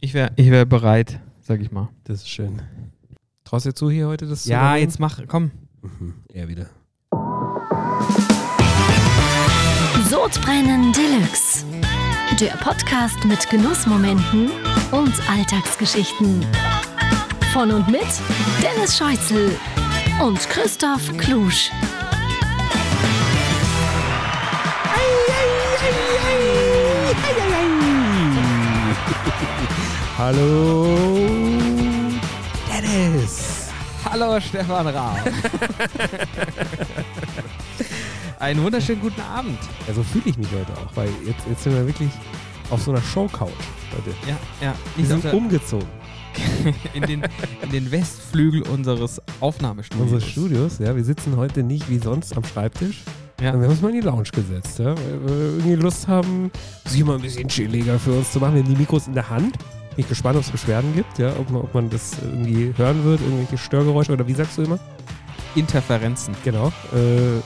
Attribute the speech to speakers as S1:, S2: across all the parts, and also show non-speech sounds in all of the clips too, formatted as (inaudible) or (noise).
S1: Ich wäre ich wär bereit, sag ich mal.
S2: Das ist schön. Traust du dir zu hier heute das? zu
S1: Ja,
S2: machen?
S1: jetzt mach, komm.
S2: Mhm,
S1: (laughs)
S2: er wieder.
S3: Sodbrennen Deluxe. Der Podcast mit Genussmomenten und Alltagsgeschichten. Von und mit Dennis Scheuzel und Christoph Klusch.
S2: Hallo, Dennis.
S1: Hallo Stefan Raab. (laughs) Einen wunderschönen guten Abend.
S2: Ja, so fühle ich mich heute auch, weil jetzt, jetzt sind wir wirklich auf so einer Showcouch heute.
S1: Ja, ja.
S2: Wir
S1: Ich
S2: sind um.
S1: sitze
S2: umgezogen.
S1: in, den, in den Westflügel unseres Aufnahmestudios.
S2: Unsere Studios, ja, wir sitzen heute nicht wie sonst am Schreibtisch.
S1: Ja.
S2: Wir haben uns mal in die Lounge gesetzt, ja, weil wir irgendwie Lust haben, es hier mal ein bisschen chilliger für uns zu machen. Wir haben die Mikros in der Hand. Bin ich gespannt, ob es Beschwerden gibt, ja, ob, man- ob man das irgendwie hören wird, irgendwelche Störgeräusche oder wie sagst du immer?
S1: Interferenzen.
S2: Genau. Äh,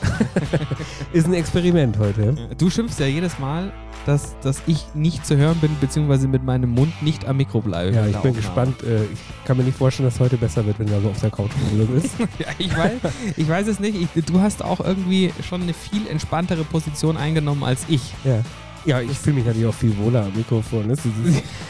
S2: (laughs) ist ein Experiment heute.
S1: Du schimpfst ja jedes Mal, dass, dass ich nicht zu hören bin, beziehungsweise mit meinem Mund nicht am Mikro bleibe.
S2: Ja,
S1: in
S2: ich
S1: der
S2: bin
S1: Aufnahme.
S2: gespannt. Äh, ich kann mir nicht vorstellen, dass es heute besser wird, wenn du so auf der Couch (laughs) bist.
S1: Ja, ich, weiß, ich weiß es nicht. Ich, du hast auch irgendwie schon eine viel entspanntere Position eingenommen als ich.
S2: ja. Ja, ich fühle mich natürlich auch viel wohler am Mikrofon. Das ist,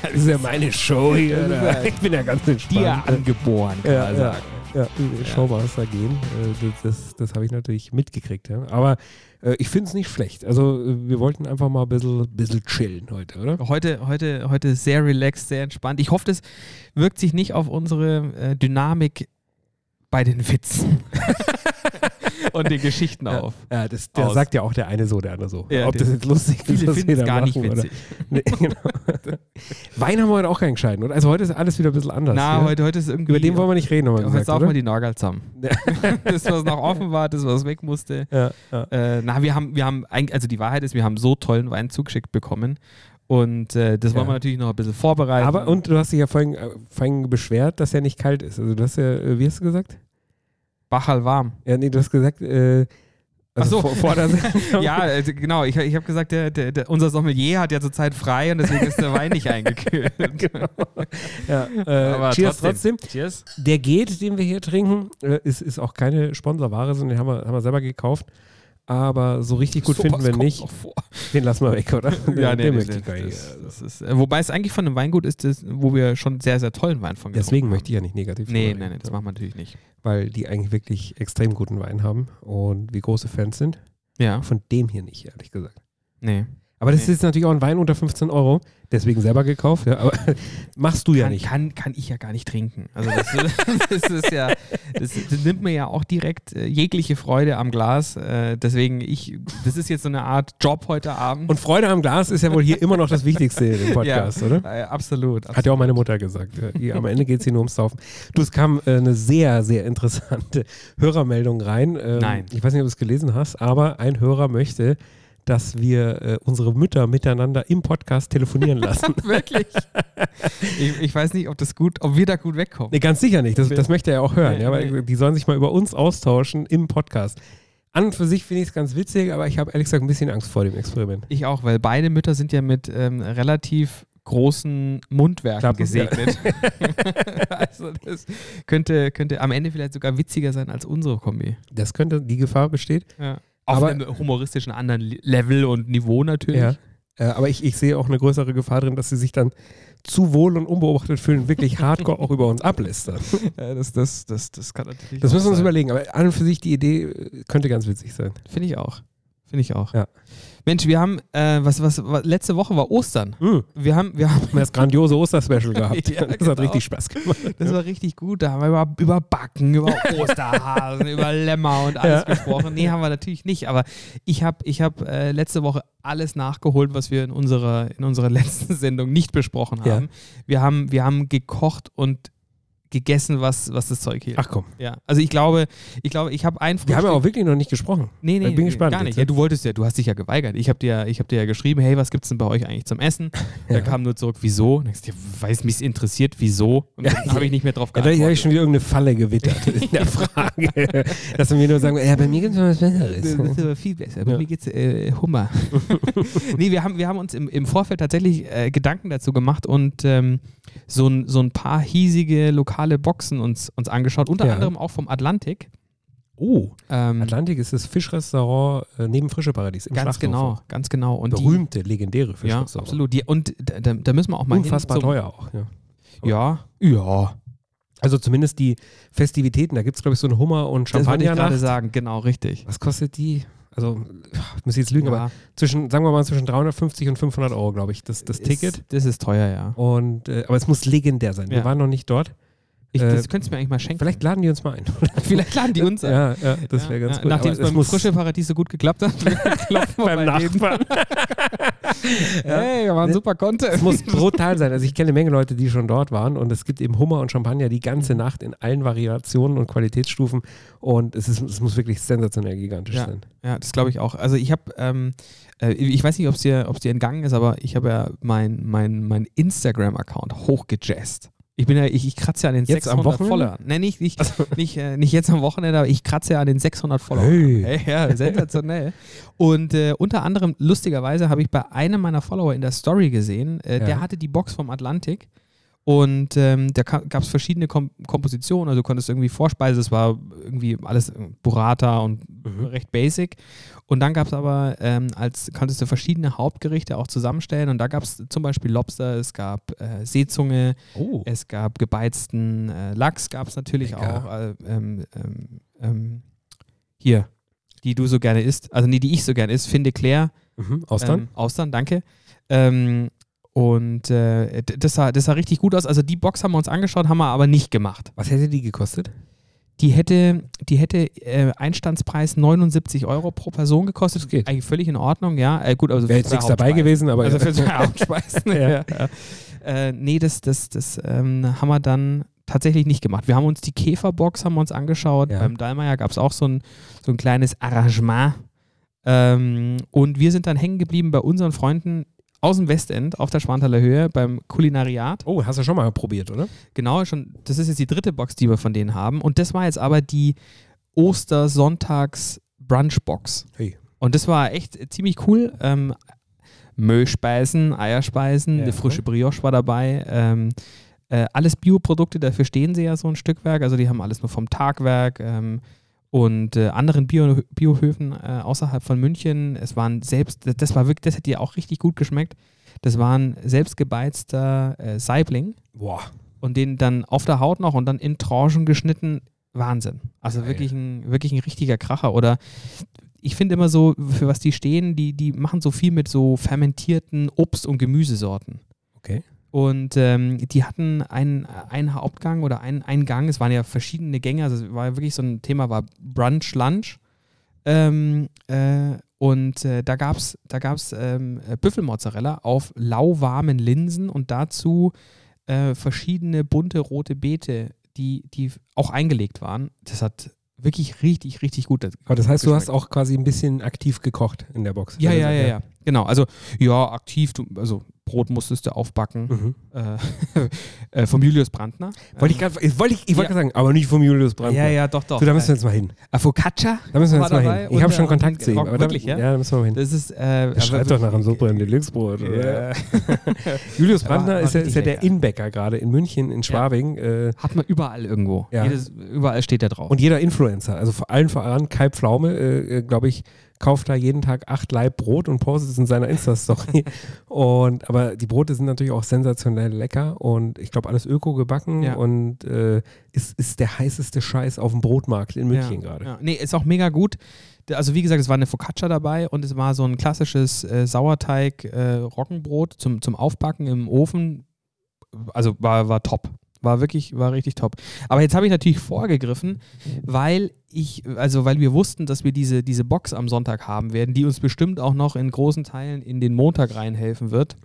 S2: das ist ja meine Show hier.
S1: Das ist ja-
S2: Ich bin (laughs) ja ganz entspannt.
S1: Dir angeboren, kann
S2: Ja,
S1: man
S2: ja.
S1: sagen.
S2: Ja, äh, Showmaster gehen. äh, Das, das, das habe ich natürlich mitgekriegt. Ja. Aber äh, ich finde es nicht schlecht. Also äh, wir wollten einfach mal ein bisschen, bisschen chillen heute, oder?
S1: Heute, heute, heute sehr relaxed, sehr entspannt. Ich hoffe, das wirkt sich nicht auf unsere äh, Dynamik bei den
S2: (laughs)
S1: Witzen und den Geschichten auf.
S2: Ja, das, der
S1: Aus.
S2: sagt ja auch der eine so, der andere so.
S1: Ja,
S2: Ob
S1: der-
S2: das jetzt lustig ist,
S1: Viele
S2: was
S1: finden
S2: wir
S1: es
S2: da
S1: gar nicht
S2: machen,
S1: witzig.
S2: Oder? Nee, genau. (laughs) Wein haben wir heute auch keinen gescheiten, oder? Also heute ist alles wieder ein bisschen anders.
S1: Na,
S2: ja?
S1: heute, heute ist irgendwie.
S2: Über den wollen wir nicht reden, haben wir
S1: heute
S2: gesagt,
S1: saugen
S2: oder?
S1: wir die Norgal zusammen.
S2: (laughs)
S1: das, was noch offen war, das, was weg musste.
S2: ja, (laughs) ja.
S1: Äh, na, wir haben, wir haben, eigentlich- also die Wahrheit ist, wir haben so tollen Wein zugeschickt bekommen. Und äh, das wollen
S2: Ja.
S1: wir natürlich noch ein bisschen vorbereiten.
S2: Aber, und du hast dich ja vorhin, äh, vorhin beschwert, dass er nicht kalt ist. Also du hast ja, äh, wie hast du gesagt?
S1: Bachal warm.
S2: Ja, nee, du hast gesagt, äh, also
S1: Ach so.
S2: vor, vor (laughs) der Sendung.
S1: (laughs) Ja, also genau. Ich, ich habe gesagt, der, der, der, unser Sommelier hat ja zurzeit frei und deswegen ist der Wein nicht
S2: (laughs)
S1: eingekühlt.
S2: Genau. ja, äh,
S1: Aber
S2: cheers
S1: trotzdem.
S2: trotzdem.
S1: Cheers.
S2: Der geht, den wir hier trinken, äh, ist, ist auch keine Sponsorware, sondern den haben wir, haben wir selber gekauft. Aber so richtig gut finden wir nicht. Den lassen (laughs) wir
S1: (laughs)
S2: weg, oder?
S1: Ja, nee, nee,
S2: den möchte
S1: nee,
S2: ich gar nicht.
S1: das, das ist, äh, wobei es eigentlich von einem Weingut ist, das, wo wir schon sehr, sehr tollen Wein von
S2: Deswegen möchte ich ja nicht negativ
S1: genau. Nee, nein,
S2: drüber
S1: nein,
S2: reden,
S1: das machen wir natürlich nicht.
S2: Weil die eigentlich wirklich extrem guten Wein haben und wir große Fans sind.
S1: Ja,
S2: Von dem hier nicht, ehrlich gesagt.
S1: nee.
S2: Aber das
S1: Nee.
S2: ist natürlich auch ein Wein unter 15 Euro, deswegen selber gekauft. Ja, aber (laughs) machst du ja
S1: kann,
S2: nicht.
S1: Kann, kann ich ja gar nicht trinken. Also das, das ist (laughs) ja, das, das nimmt mir ja auch direkt äh, jegliche Freude am Glas. Äh, deswegen, ich, das ist jetzt so eine Art Job heute Abend.
S2: Und Freude am Glas ist ja wohl hier immer noch das Wichtigste im
S1: (laughs)
S2: Podcast,
S1: ja,
S2: oder?
S1: Äh, absolut.
S2: Hat ja auch meine Mutter gesagt. Ja, ihr- am Ende geht es hier nur ums Saufen. Du, es kam äh, eine sehr, sehr interessante (laughs) Hörermeldung rein. Ähm,
S1: Nein.
S2: Ich weiß nicht, ob du es gelesen hast, aber ein Hörer möchte, dass wir äh, unsere Mütter miteinander im Podcast (laughs) telefonieren lassen.
S1: Wirklich. (laughs) Ich, ich weiß nicht, ob das gut, ob wir da gut wegkommen.
S2: nee, ganz sicher nicht. Das, das möchte er ja auch hören.
S1: Nee,
S2: Ja, aber
S1: nee.
S2: die sollen sich mal über uns austauschen im Podcast. An und für sich finde ich es ganz witzig, aber ich habe ehrlich gesagt ein bisschen Angst vor dem Experiment.
S1: Ich auch, weil beide Mütter sind ja mit ähm, relativ großen Mundwerken
S2: Klappen, (laughs)
S1: gesegnet. (laughs) also das könnte, könnte am Ende vielleicht sogar witziger sein als unsere Kombi.
S2: Das könnte, die Gefahr besteht.
S1: Ja. Auf
S2: Aber-
S1: einem humoristischen anderen Level und Niveau natürlich.
S2: Ja. Äh, aber ich, ich sehe auch eine größere Gefahr drin, dass sie sich dann zu wohl und unbeobachtet fühlen, wirklich hardcore auch über
S1: (laughs)
S2: uns ablästern.
S1: (laughs) Ja, das, das, das, das kann natürlich.
S2: Das müssen wir uns
S1: sein.
S2: überlegen. Aber an und für sich die Idee äh, könnte ganz witzig sein.
S1: Finde ich auch. Finde ich auch.
S2: Ja.
S1: Mensch, wir haben, äh, was, was, was, letzte Woche war Ostern.
S2: Hm.
S1: Wir haben, wir haben,
S2: Wir haben das grandiose Osterspecial
S1: (laughs)
S2: gehabt.
S1: Ja,
S2: das hat
S1: genau.
S2: richtig Spaß gemacht.
S1: (laughs) das war richtig gut. Da haben wir über, über Backen,
S2: (laughs)
S1: über Osterhasen, über Lämmer und alles
S2: Ja.
S1: gesprochen. Nee, haben wir natürlich nicht. Aber ich habe ich hab, äh, letzte Woche alles nachgeholt, was wir in unserer, in unserer (laughs) letzten Sendung nicht besprochen
S2: Ja.
S1: haben. Wir haben. Wir haben gekocht und gegessen, was, was das Zeug hielt.
S2: Ach komm,
S1: Ja. Also ich glaube, ich glaube, ich habe ein
S2: wir haben ja
S1: Frühstück-
S2: auch wirklich noch nicht gesprochen.
S1: Nee, nee,
S2: Ich bin
S1: nee,
S2: gespannt
S1: gar
S2: jetzt,
S1: nicht.
S2: ja.
S1: Ja, du wolltest ja, du hast dich ja geweigert. Ich habe dir, ja- ich hab dir ja geschrieben, hey, was gibt's denn bei euch eigentlich zum
S2: (laughs)
S1: Essen? Da
S2: Ja.
S1: kam nur zurück, wieso? Und ich ja, weiß mich interessiert, wieso? Und dann
S2: Ja,
S1: habe ich nicht mehr drauf
S2: Ja, da habe ich
S1: geantwortet.
S2: schon wieder irgendeine
S1: (laughs)
S2: Falle gewittert in der Frage. (laughs) Dass wir mir nur sagen, ja, bei mir gibt es noch was Besseres.
S1: das ist aber viel besser. Bei
S2: Ja.
S1: mir geht's äh,
S2: (laughs)
S1: Hummer. nee, wir haben, wir haben uns im, im Vorfeld tatsächlich äh, Gedanken dazu gemacht und ähm, so ein, so ein paar hiesige lokale Boxen uns, uns angeschaut, unter
S2: Ja.
S1: anderem auch vom Atlantik.
S2: Oh,
S1: Ähm,
S2: Atlantik ist das Fischrestaurant äh, neben Frische Paradies im
S1: Ganz genau,
S2: Schlachthof.
S1: ganz genau. Und
S2: Berühmte, legendäre
S1: die, ja,
S2: Fischrestaurant.
S1: absolut. Die, und da, da- da müssen wir auch mal
S2: Unfassbar
S1: hin. zum-
S2: teuer auch. Ja.
S1: Ja, ja.
S2: Also zumindest die Festivitäten, da gibt es glaube ich so einen Hummer und
S1: Das wollte ich
S2: Champagner
S1: gerade sagen, genau, richtig.
S2: Was kostet die? Also, ich muss jetzt lügen, aber
S1: Ja,
S2: zwischen, sagen wir mal zwischen 350 und 500 Euro, glaube ich, das, das
S1: ist-
S2: Ticket.
S1: Das ist teuer, ja.
S2: Und, äh, aber es muss legendär sein. Wir
S1: Ja.
S2: waren noch nicht dort.
S1: Ich,
S2: Äh,
S1: das könntest du mir eigentlich mal schenken.
S2: Vielleicht laden die uns mal ein.
S1: (laughs) Vielleicht laden die uns ein.
S2: (laughs) ja, ja, das
S1: Ja,
S2: wäre ganz
S1: ja,
S2: gut.
S1: Nachdem
S2: Aber
S1: es beim
S2: muss
S1: frische Paradies so gut geklappt hat, (laughs) klopfen wir
S2: (laughs) beim
S1: bei denen.
S2: Nachbarn.
S1: Hey, wir waren super
S2: Es
S1: Content.
S2: muss brutal sein. Also ich kenne eine Menge Leute, die schon dort waren und es gibt eben Hummer und Champagner die ganze Nacht in allen Variationen und Qualitätsstufen und es, ist, es muss wirklich sensationell gigantisch sein.
S1: Ja, das glaube ich auch. Also ich habe, ähm, äh, ich weiß nicht, ob es dir, ob's dir entgangen ist, aber ich habe ja mein, mein, mein Instagram-Account hochgejazzt. Ich bin ja, ich, ich kratze ja an den
S2: Jetzt am
S1: 600
S2: Wochenende?
S1: Followern. Nee, nicht, nicht, nicht, äh, nicht jetzt am Wochenende, aber ich kratze ja an den 600 Followern.
S2: Hey.
S1: Ja, ja, sensationell. Und äh, unter anderem, lustigerweise, habe ich bei einem meiner Follower in der Story gesehen, äh,
S2: Ja.
S1: der hatte die Box vom Atlantik. Und ähm, da gab es verschiedene Kom Kompositionen, also du konntest irgendwie Vorspeise, es war irgendwie alles äh, Burrata und recht basic. Und dann gab es aber, ähm, als konntest du verschiedene Hauptgerichte auch zusammenstellen und da gab es zum Beispiel Lobster, es gab äh, Seezunge,
S2: Oh.
S1: es gab gebeizten äh, Lachs, gab es natürlich
S2: Lecker.
S1: auch. Äh, ähm, ähm, ähm, hier, die du so gerne isst, also nee, die ich so gerne isst, finde Claire.
S2: Mhm. Austern?
S1: Ähm, Austern, danke. Ähm, und äh, d- das, sah, das sah richtig gut aus. Also die Box haben wir uns angeschaut, haben wir aber nicht gemacht.
S2: Was hätte die gekostet?
S1: Die hätte, die hätte äh, Einstandspreis 79 Euro pro Person gekostet.
S2: Das geht.
S1: Eigentlich völlig in Ordnung, ja. Äh, gut, also
S2: Wäre jetzt
S1: für
S2: nichts dabei
S1: Hauptspeisen.
S2: gewesen, aber äh,
S1: Also für (laughs) zwei Hauptspeisen.
S2: Ja.
S1: ne? ja. Ja. Äh, nee, das, das, das ähm, haben wir dann tatsächlich nicht gemacht. Wir haben uns die Käferbox haben wir uns angeschaut.
S2: Ja.
S1: Beim Dallmayr gab es auch so ein, so ein kleines Arrangement. Ähm, und wir sind dann hängen geblieben bei unseren Freunden aus dem Westend auf der Schwanthaler Höhe beim Kulinariat.
S2: oh, hast du schon mal probiert, oder?
S1: Genau, schon, das ist jetzt die dritte Box, die wir von denen haben. Und das war jetzt aber die Ostersonntags-Brunch-Box.
S2: Hey.
S1: Und das war echt äh, ziemlich cool. Ähm, Möhspeisen, Eierspeisen,
S2: Ja.
S1: eine frische Brioche war dabei. Ähm, äh, alles Bioprodukte, dafür stehen sie ja so ein Stück Werk. Also die haben alles nur vom Tagwerk ähm, und äh, anderen Bio- Biohöfen äh, außerhalb von München. Es waren selbst, das war wirklich, das hätte dir auch richtig gut geschmeckt. Das waren selbstgebeizter äh, Saibling
S2: Boah.
S1: und den dann auf der Haut noch und dann in Tranchen geschnitten. Wahnsinn. Also
S2: Geil.
S1: wirklich ein, wirklich ein richtiger Kracher. Oder ich finde immer so, für was die stehen, die, die machen so viel mit so fermentierten Obst- und Gemüsesorten.
S2: Okay.
S1: Und ähm, die hatten einen, einen Hauptgang oder einen, einen Gang. Es waren ja verschiedene Gänge. Also es war wirklich so ein Thema, war Brunch, Lunch. Ähm, äh, und äh, da gab es da gab's, ähm, äh, Büffelmozzarella auf lauwarmen Linsen und dazu äh, verschiedene bunte rote Beete, die, die auch eingelegt waren. Das hat wirklich richtig, richtig gut.
S2: Aber das heißt, du hast
S1: geschmeckt.
S2: auch quasi ein bisschen aktiv gekocht in der Box.
S1: Ja, ja, ja, ja. Genau. Also, ja, aktiv, du, also Brot musstest du aufbacken.
S2: Mhm.
S1: Äh, (laughs) äh, vom Julius Brandner.
S2: Wollte ich gerade ich, wollte ich, ich wollte
S1: Ja.
S2: grad sagen, aber nicht vom Julius Brandner.
S1: Ja, ja, doch, doch.
S2: So, da müssen wir jetzt mal hin.
S1: äh, Focaccia?
S2: Da müssen wir
S1: War
S2: jetzt mal
S1: dabei
S2: hin. Ich
S1: und,
S2: habe
S1: äh,
S2: schon
S1: und
S2: Kontakt zu ihm.
S1: Rock-
S2: aber
S1: wirklich,
S2: da,
S1: ja?
S2: Ja, da müssen wir mal hin.
S1: Das ist. Äh,
S2: Er schreibt doch nach
S1: (laughs)
S2: einem Suppe in Deluxe-Brot.
S1: Ja.
S2: (laughs) Julius
S1: Aber
S2: Brandner
S1: war
S2: ist, ja,
S1: richtig
S2: ist ja der
S1: lecker.
S2: Inbäcker gerade in München, in Schwabing. Äh,
S1: Hat man überall irgendwo.
S2: Ja.
S1: Jedes, überall steht der drauf.
S2: und jeder Influencer, also vor allen voran Kai Pflaume, äh, glaube ich, kauft da jeden Tag acht Laib Brot und postet es in seiner
S1: (laughs)
S2: Insta-Story. und, aber die Brote sind natürlich auch sensationell lecker und ich glaube, alles öko gebacken
S1: Ja.
S2: und äh, ist, ist der heißeste Scheiß auf dem Brotmarkt in München
S1: ja.
S2: gerade.
S1: Ja. Nee, ist auch mega gut. Da- Also wie gesagt, es war eine Focaccia dabei und es war so ein klassisches äh, Sauerteig-Roggenbrot zum, zum Aufbacken im Ofen. Also war, war top. War wirklich, war richtig top. Aber jetzt habe ich natürlich vorgegriffen, weil ich, also weil wir wussten, dass wir diese, diese Box am Sonntag haben werden, die uns bestimmt auch noch in großen Teilen in den Montag reinhelfen
S2: (laughs)
S1: wird,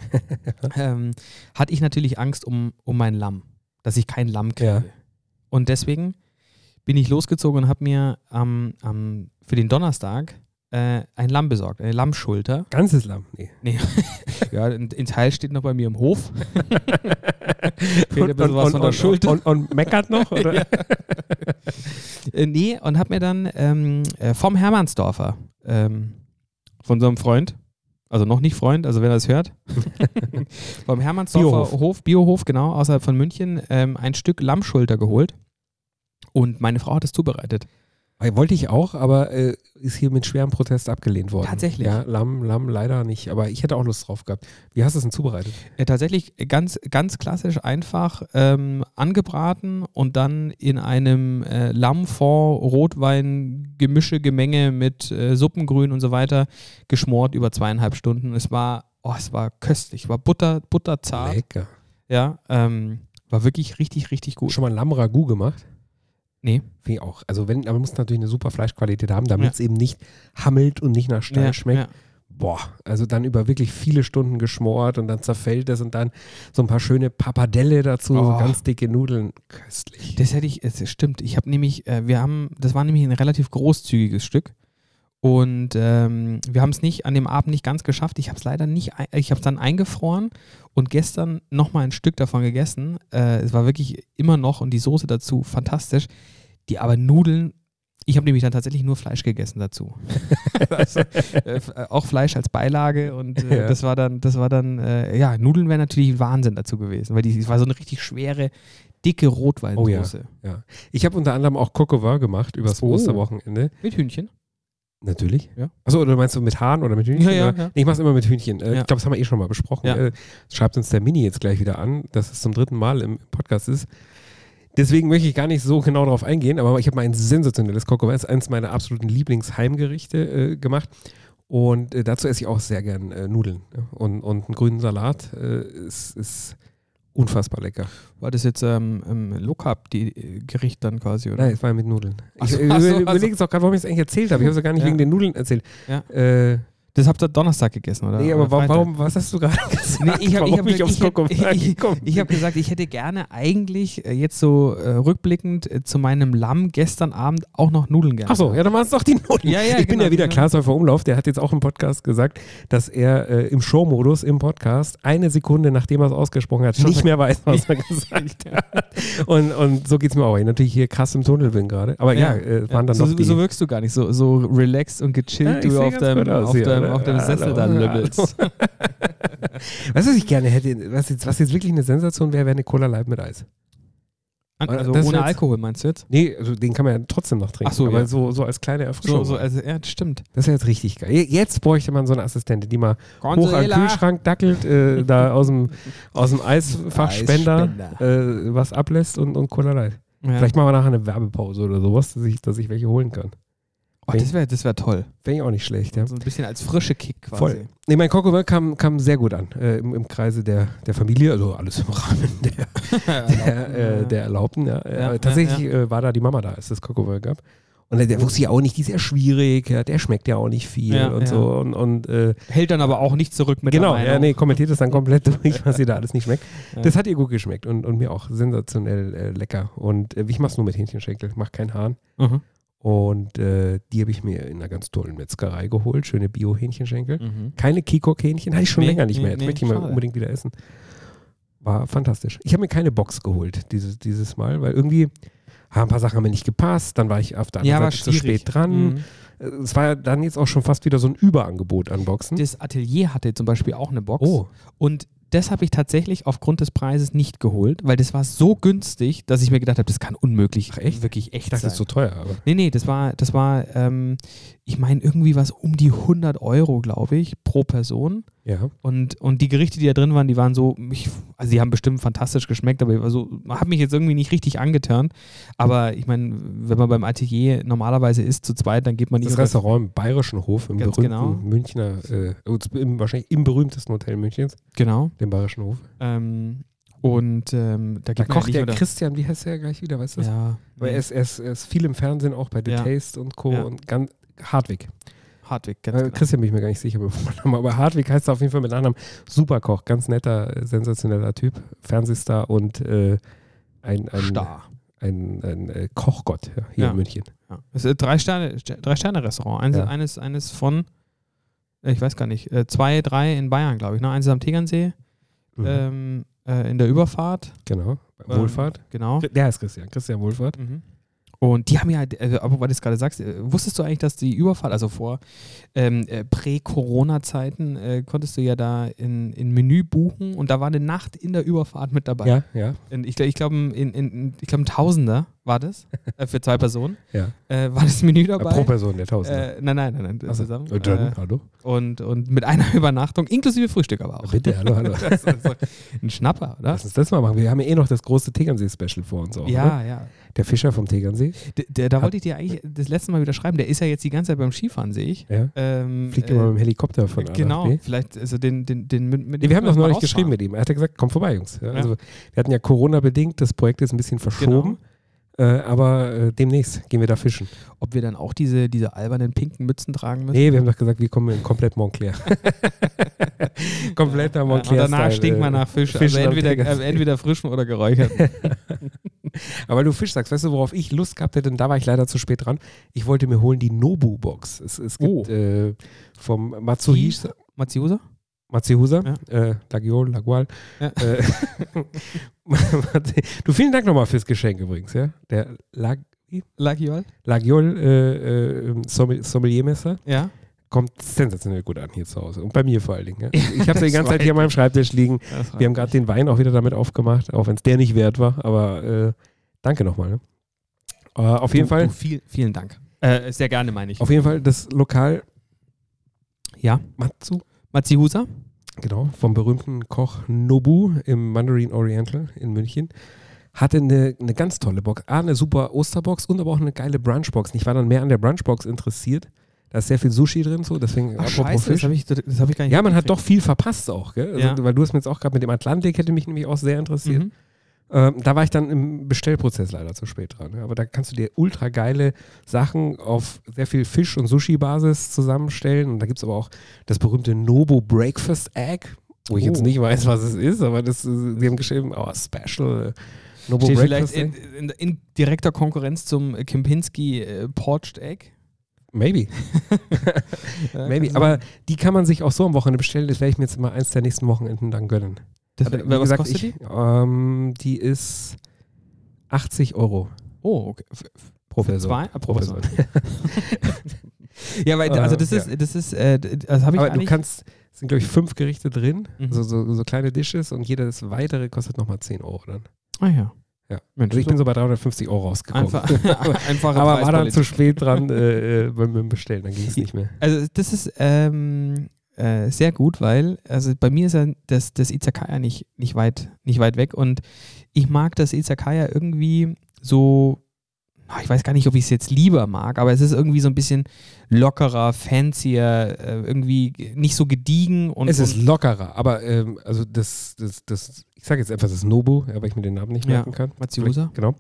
S1: ähm, hatte ich natürlich Angst um, um mein Lamm, dass ich kein Lamm kriege.
S2: Ja.
S1: Und deswegen bin ich losgezogen und habe mir am- am- für den Donnerstag äh, ein Lamm besorgt, eine
S2: (laughs)
S1: Lammschulter.
S2: Ganzes Lamm, nee.
S1: Ja, in, in Teil steht noch bei mir im
S2: (laughs)
S1: Hof. Fehlt ein bisschen was von der
S2: und,
S1: Schulter.
S2: und, und
S1: (laughs)
S2: meckert noch? Oder?
S1: Äh, nee, und habe mir dann ähm, äh, vom Hermannsdorfer, ähm, von so einem Freund, Also noch nicht Freund, also wenn er das hört. (laughs) Vom Hermannsdorfer
S2: Biohof.
S1: Hof, Biohof, genau, außerhalb von München, ähm, ein Stück Lammschulter geholt. Und meine Frau hat es zubereitet.
S2: Wollte ich auch, aber äh, ist hier mit schwerem Protest abgelehnt worden.
S1: Tatsächlich?
S2: Ja, Lamm, Lamm leider nicht, aber ich hätte auch Lust drauf gehabt. Wie hast du es denn zubereitet?
S1: Ja, Äh, tatsächlich ganz, ganz klassisch einfach ähm, angebraten und dann in einem äh, Lammfond Rotwein Gemische Gemenge mit äh, Suppengrün und so weiter geschmort über zweieinhalb Stunden. Es war, oh, es war köstlich, war butter, butterzart.
S2: Lecker.
S1: Ja, ähm, war wirklich richtig, richtig gut.
S2: Schon mal Lamm Ragout gemacht?
S1: Nee.
S2: Finde ich auch. Also wenn, aber muss natürlich eine super Fleischqualität haben, damit es eben nicht hammelt und nicht nach Stein
S1: Ja,
S2: schmeckt.
S1: ja.
S2: Boah, also dann über wirklich viele Stunden geschmort und dann zerfällt das und dann so ein paar schöne Pappardelle dazu, so
S1: Oh.
S2: ganz dicke Nudeln. Köstlich.
S1: Das hätte ich, es stimmt. Ich habe nämlich, äh, wir haben, das war nämlich ein relativ großzügiges Stück. Und ähm, wir haben es nicht an dem Abend nicht ganz geschafft. Ich habe es leider nicht, ein, ich habe es dann eingefroren und gestern nochmal ein Stück davon gegessen. Äh, es war wirklich immer noch und die Soße dazu fantastisch. Die aber Nudeln, ich habe nämlich dann tatsächlich nur Fleisch gegessen dazu. (laughs) also, äh, f- äh, auch Fleisch als Beilage und äh,
S2: Ja.
S1: das war dann, das war dann, äh, ja, Nudeln wären natürlich Wahnsinn dazu gewesen, weil die, es war so eine richtig schwere, dicke Rotweinsoße.
S2: Ich habe unter anderem auch Coq au vin gemacht übers
S1: Oh.
S2: Osterwochenende.
S1: Mit Hühnchen.
S2: Natürlich.
S1: Ja.
S2: Achso, oder meinst du mit Hahn oder mit Hühnchen?
S1: Ja, ja,
S2: oder?
S1: ja.
S2: Nee, ich mach's immer mit Hühnchen. Äh,
S1: Ja.
S2: Ich glaube, das haben wir eh schon mal besprochen.
S1: Ja.
S2: Äh, schreibt uns der Mini jetzt gleich wieder an, dass es zum dritten Mal im Podcast ist. Deswegen möchte ich gar nicht so genau darauf eingehen, aber ich habe mal ein sensationelles Coq au vin, ist eines meiner absoluten Lieblingsheimgerichte äh, gemacht. Und äh, dazu esse ich auch sehr gern äh, Nudeln ja. und, und einen grünen Salat. Äh, ist, ist unfassbar lecker.
S1: War das jetzt ähm, ähm, Low Carb die, äh, Gericht dann quasi, oder?
S2: Nein, es war mit Nudeln.
S1: Ach so,
S2: Genau.
S1: ach
S2: ich äh,
S1: so, ach so.
S2: überlege jetzt auch gerade, warum ich es eigentlich erzählt habe. Ich habe es ja gar nicht
S1: Ja.
S2: wegen den Nudeln erzählt.
S1: Ja.
S2: Äh,
S1: Das habt ihr Donnerstag gegessen, oder?
S2: Nee,
S1: Oder
S2: aber warum,
S1: Freitag?
S2: warum, was hast du gerade gesagt?
S1: Nee, ich hab- ich
S2: warum
S1: hab-
S2: nicht aufs
S1: ich hab-
S2: Coco
S1: ich- Ich habe gesagt, ich hätte gerne eigentlich äh, jetzt so äh, rückblickend äh, zu meinem Lamm gestern Abend auch noch Nudeln gerne.
S2: Achso, ja, dann waren es doch die Noten.
S1: Ja, ja,
S2: ich bin
S1: genau,
S2: ja wieder
S1: genau.
S2: Klaas-Häufer Umlauf, der hat jetzt auch im Podcast gesagt, dass er äh, im Showmodus, im Podcast, eine Sekunde nachdem er es ausgesprochen hat,
S1: Schon
S2: nicht
S1: ver-
S2: mehr weiß, was er gesagt hat. Und, und so geht es mir auch. weil Ich natürlich hier krass im Tunnel bin gerade. Aber ja, äh, waren dann
S1: so,
S2: doch die...
S1: so wirkst du gar nicht, so, so relaxed und
S2: Ja,
S1: gechillt du
S2: ich seh
S1: auf
S2: ganz
S1: deinem,
S2: gut aus
S1: auf
S2: hier,
S1: deinem,
S2: ne?
S1: auf deinem
S2: Hallo. Also
S1: Sessel dann
S2: Hallo. (laughs)
S1: lümmelst.
S2: weißt du, was ich gerne hätte, was jetzt, was jetzt wirklich eine Sensation wäre, wäre eine Cola Light mit Eis.
S1: Also
S2: Das
S1: ohne
S2: jetzt-
S1: Alkohol meinst du jetzt?
S2: Nee, also den kann man ja trotzdem noch trinken.
S1: Ach so,
S2: aber
S1: ja.
S2: so, so als kleine Erfrischung.
S1: So, so, also, ja, stimmt.
S2: Das wäre jetzt richtig geil. Je- Jetzt bräuchte man so eine Assistentin, die mal hoch an den Kühlschrank dackelt, äh, da aus dem, aus dem Eisfachspender äh, was ablässt und, und Cola Light.
S1: Ja.
S2: Vielleicht machen wir nachher eine Werbepause oder sowas, dass ich, dass ich welche holen kann.
S1: oh, das wäre das wär toll.
S2: Fände ich auch nicht schlecht, ja.
S1: So ein bisschen als frische Kick quasi. (laughs)
S2: Voll. Nee, mein Coco Bell kam, kam sehr gut an äh, im, im Kreise der, der Familie, also alles im Rahmen (laughs) der,
S1: genau.
S2: der, äh, der Erlaubten. Ja. Äh,
S1: Ja,
S2: aber tatsächlich Äh, war da die Mama da, als das Coco gab. Und der, der wusste ja auch nicht, die ist ja schwierig, ja, der schmeckt ja auch nicht viel
S1: Ja,
S2: und
S1: ja.
S2: so. Und, und äh,
S1: Hält dann aber auch nicht zurück mit
S2: genau,
S1: der
S2: ja,
S1: Meinung.
S2: nee, kommentiert das dann komplett (laughs) durch, was ihr da alles nicht schmeckt.
S1: (laughs) Ja.
S2: Das hat ihr gut geschmeckt und, und mir auch sensationell äh, lecker. Und äh, ich mach's nur mit Hähnchenschenkel, ich mach keinen Hahn.
S1: Mhm.
S2: Und äh, die habe ich mir in einer ganz tollen Metzgerei geholt, schöne Bio-Hähnchenschenkel.
S1: Mhm.
S2: Keine Kikok-Hähnchen, hatte ich schon
S1: Nee,
S2: länger nicht
S1: nee,
S2: mehr. Jetzt
S1: nee,
S2: möchte ich mal
S1: schade.
S2: unbedingt wieder essen. War fantastisch. Ich habe mir keine Box geholt dieses, dieses Mal, weil irgendwie ah, ein paar Sachen haben mir nicht gepasst. Dann war ich auf der
S1: Ja,
S2: anderen
S1: war
S2: Seite zu spät
S1: schwierig.
S2: dran.
S1: Mhm.
S2: Äh, Es war ja dann jetzt auch schon fast wieder so ein Überangebot an Boxen.
S1: Das Atelier hatte zum Beispiel auch eine Box.
S2: oh,
S1: Und das habe ich tatsächlich aufgrund des Preises nicht geholt, weil das war so günstig, dass ich mir gedacht habe, das kann unmöglich
S2: echt?
S1: wirklich
S2: ich
S1: echt
S2: dachte,
S1: sein.
S2: das ist so teuer. Aber.
S1: nee, nee, das war, das war ähm, ich meine, irgendwie was um die 100 Euro, glaube ich, pro Person.
S2: Ja.
S1: Und, und die Gerichte, die da drin waren, die waren so, ich, also die haben bestimmt fantastisch geschmeckt, aber ich war so, hat mich jetzt irgendwie nicht richtig angeturnt. Aber ich meine, wenn man beim Atelier normalerweise isst zu zweit, dann geht man nicht
S2: Das
S1: unter-
S2: Restaurant im Bayerischen Hof, im
S1: Ganz
S2: berühmten
S1: genau.
S2: Münchner, äh, im, wahrscheinlich im berühmtesten Hotel Münchens,
S1: Genau.
S2: dem Bayerischen Hof.
S1: Ähm, und ähm, da
S2: Da
S1: geht man
S2: kocht
S1: ja
S2: der
S1: nicht
S2: Christian, wie heißt der gleich wieder, weißt du?
S1: unter-
S2: das?
S1: ja,
S2: Aber er, ist, er, ist, er ist viel im Fernsehen auch bei The
S1: Ja.
S2: Taste und Co.
S1: Ja.
S2: und ganz Hartwig.
S1: Hartwig, ganz
S2: Äh,
S1: genau.
S2: Christian bin ich mir gar nicht sicher, bevor Name, aber Hartwig heißt er auf jeden Fall mit Nachnamen. Superkoch, ganz netter, äh, sensationeller Typ, Fernsehstar und äh, ein, ein,
S1: Star.
S2: ein, ein, äh, Kochgott ja, hier
S1: Ja.
S2: in München.
S1: Ja. Es ist ein Drei-Sterne-Restaurant. Drei Sterne Restaurant. eines,
S2: Ja.
S1: eines, eines von, äh, ich weiß gar nicht, äh, zwei, drei in Bayern, glaube ich. Ne? Eins ist am Tegernsee,
S2: Mhm,
S1: ähm, äh, in der Überfahrt,
S2: genau,
S1: ähm,
S2: Wohlfahrt.
S1: genau.
S2: Der heißt Christian, Christian Wohlfahrt.
S1: Mhm. Und die haben ja, äh, aber weil du es gerade sagst, äh, wusstest du eigentlich, dass die Überfahrt, also vor ähm, äh, Prä-Corona-Zeiten, äh, konntest du ja da in, in Menü buchen und da war eine Nacht in der Überfahrt mit dabei.
S2: Ja, ja,
S1: In, ich glaube, ich glaub, ein- in, in, ich glaub, ein Tausender war das, äh, für zwei Personen,
S2: ja.
S1: äh, war das Menü dabei.
S2: Pro Person der Tausender.
S1: äh, nein, nein, nein, nein,
S2: Achso.
S1: zusammen.
S2: Und Also, dann,
S1: Äh,
S2: hallo?
S1: und, und mit einer (laughs) Übernachtung, inklusive Frühstück aber auch.
S2: Bitte,
S1: (laughs)
S2: hallo, hallo.
S1: Das ist so ein Schnapper, oder?
S2: Lass uns das mal machen. Wir haben ja eh noch das große Tegernsee-Special vor uns auch. Ne?
S1: Ja, ja.
S2: Der Fischer vom Tegernsee.
S1: D- Der, da wollte ich dir eigentlich das letzte Mal wieder schreiben. Der ist ja jetzt die ganze Zeit beim Skifahren, sehe ich.
S2: Ja.
S1: Ähm,
S2: Fliegt
S1: äh,
S2: immer mit dem Helikopter von A nach
S1: Genau,
S2: B.
S1: vielleicht, also den, den, den mit, mit
S2: Nee, wir haben doch
S1: mal
S2: neulich
S1: rausfahren.
S2: geschrieben mit ihm. Er hat ja gesagt, komm vorbei, Jungs. Ja, also, wir hatten ja Corona-bedingt, das Projekt ist ein bisschen
S1: Genau.
S2: verschoben. Äh, aber äh, demnächst gehen wir da fischen.
S1: Ob wir dann auch diese, diese albernen pinken Mützen tragen müssen?
S2: Nee, wir haben doch gesagt, wir kommen in komplett
S1: (laughs)
S2: Montclair. Kompletter
S1: Ja, Äh, und
S2: Montclair.
S1: danach stinkt man nach Fisch. Also
S2: Fischen am
S1: entweder,
S2: Tegernsee.
S1: äh, entweder frischen oder
S2: (laughs)
S1: geräucherten.
S2: Aber weil du Fisch sagst, weißt du, worauf ich Lust gehabt hätte? Und da war ich leider zu spät dran. Ich wollte mir holen die Nobu-Box. Es, es gibt
S1: Oh.
S2: äh, vom Matsuhisa.
S1: Matsuosa?
S2: Matsuhusa, äh, Lagiol, Lagual.
S1: Ja.
S2: Äh, (laughs) du, vielen Dank nochmal fürs Geschenk übrigens. Ja? Der Lag
S1: Lagiol?
S2: Lagiol äh, äh, Sommel- Sommeliermesser
S1: Ja.
S2: kommt sensationell gut an hier zu Hause. Und bei mir vor allen Dingen. Ja? Ich habe die
S1: das
S2: ganze Zeit
S1: freut
S2: hier an meinem Schreibtisch liegen. Wir haben gerade den Wein auch wieder damit aufgemacht, auch wenn es der nicht wert war. Aber äh, danke nochmal. Ne? Äh, auf jeden
S1: du,
S2: Fall.
S1: Du, viel, vielen Dank. Äh, sehr gerne, meine ich.
S2: Auf jeden Fall das Lokal
S1: Ja.
S2: Matsu
S1: Matsuosa?
S2: Genau, vom berühmten Koch Nobu im Mandarin Oriental in München. Hatte eine, eine ganz tolle Box. A, eine super Osterbox und aber auch eine geile Brunchbox. Und Ich war dann mehr an der Brunchbox interessiert. Da ist sehr viel Sushi drin, so, deswegen
S1: das habe ich, das hab ich gar nicht
S2: Ja, man hat doch viel verpasst auch, gell? Also,
S1: Ja.
S2: Weil du hast mir jetzt auch gerade mit dem Atlantik, hätte mich nämlich auch sehr interessiert.
S1: Mhm.
S2: Ähm, da war ich dann im Bestellprozess leider zu spät dran. ne? Aber da kannst du dir ultra geile Sachen auf sehr viel Fisch- und Sushi-Basis zusammenstellen. Und da gibt es aber auch das berühmte Nobu Breakfast Egg, wo ich
S1: Oh.
S2: jetzt nicht weiß, was es ist, aber das, äh, sie haben geschrieben, oh, Special äh, Nobu
S1: Steht vielleicht
S2: Breakfast
S1: in,
S2: Egg.
S1: in, in direkter Konkurrenz zum äh, Kempinski äh, Poached Egg.
S2: Maybe,
S1: Äh,
S2: maybe.
S1: kann
S2: Aber die kann man sich auch so am Wochenende bestellen. Das werde ich mir jetzt mal eins der nächsten Wochenenden dann gönnen.
S1: das,
S2: Aber wie
S1: was
S2: gesagt,
S1: kostet
S2: ich,
S1: die?
S2: Ähm, die ist 80 Euro
S1: Oh, okay. F-
S2: pro
S1: Für
S2: Person.
S1: zwei? Ah, pro
S2: Person.
S1: (laughs) Ja, weil also
S2: Äh,
S1: das ist,
S2: ja.
S1: das ist, äh, das habe ich
S2: Aber
S1: eigentlich.
S2: du kannst, es sind glaube ich fünf Gerichte drin,
S1: Mhm.
S2: so, so, so kleine Dishes und jedes weitere kostet nochmal 10 Euro dann.
S1: ah ja.
S2: Ja.
S1: Mensch,
S2: Also ich bin so bei 350 Euro rausgekommen.
S1: einfach, (laughs) einfache
S2: Aber war dann
S1: Preispolitik.
S2: zu spät dran äh, äh, beim beim Bestellen, dann ging es nicht mehr.
S1: Also das ist ähm, äh, sehr gut, weil also bei mir ist ja das, das Izakaya nicht, nicht, weit, nicht weit weg und ich mag das Izakaya irgendwie so, ah, ich weiß gar nicht, ob ich es jetzt lieber mag, aber es ist irgendwie so ein bisschen lockerer, fancier, äh, irgendwie nicht so gediegen und
S2: es ist
S1: und,
S2: lockerer, aber ähm, also das, das, das, ich sage jetzt einfach das Nobu, ja, weil ich mir den Namen nicht
S1: Ja.
S2: merken kann.
S1: Matsuosa?
S2: Genau.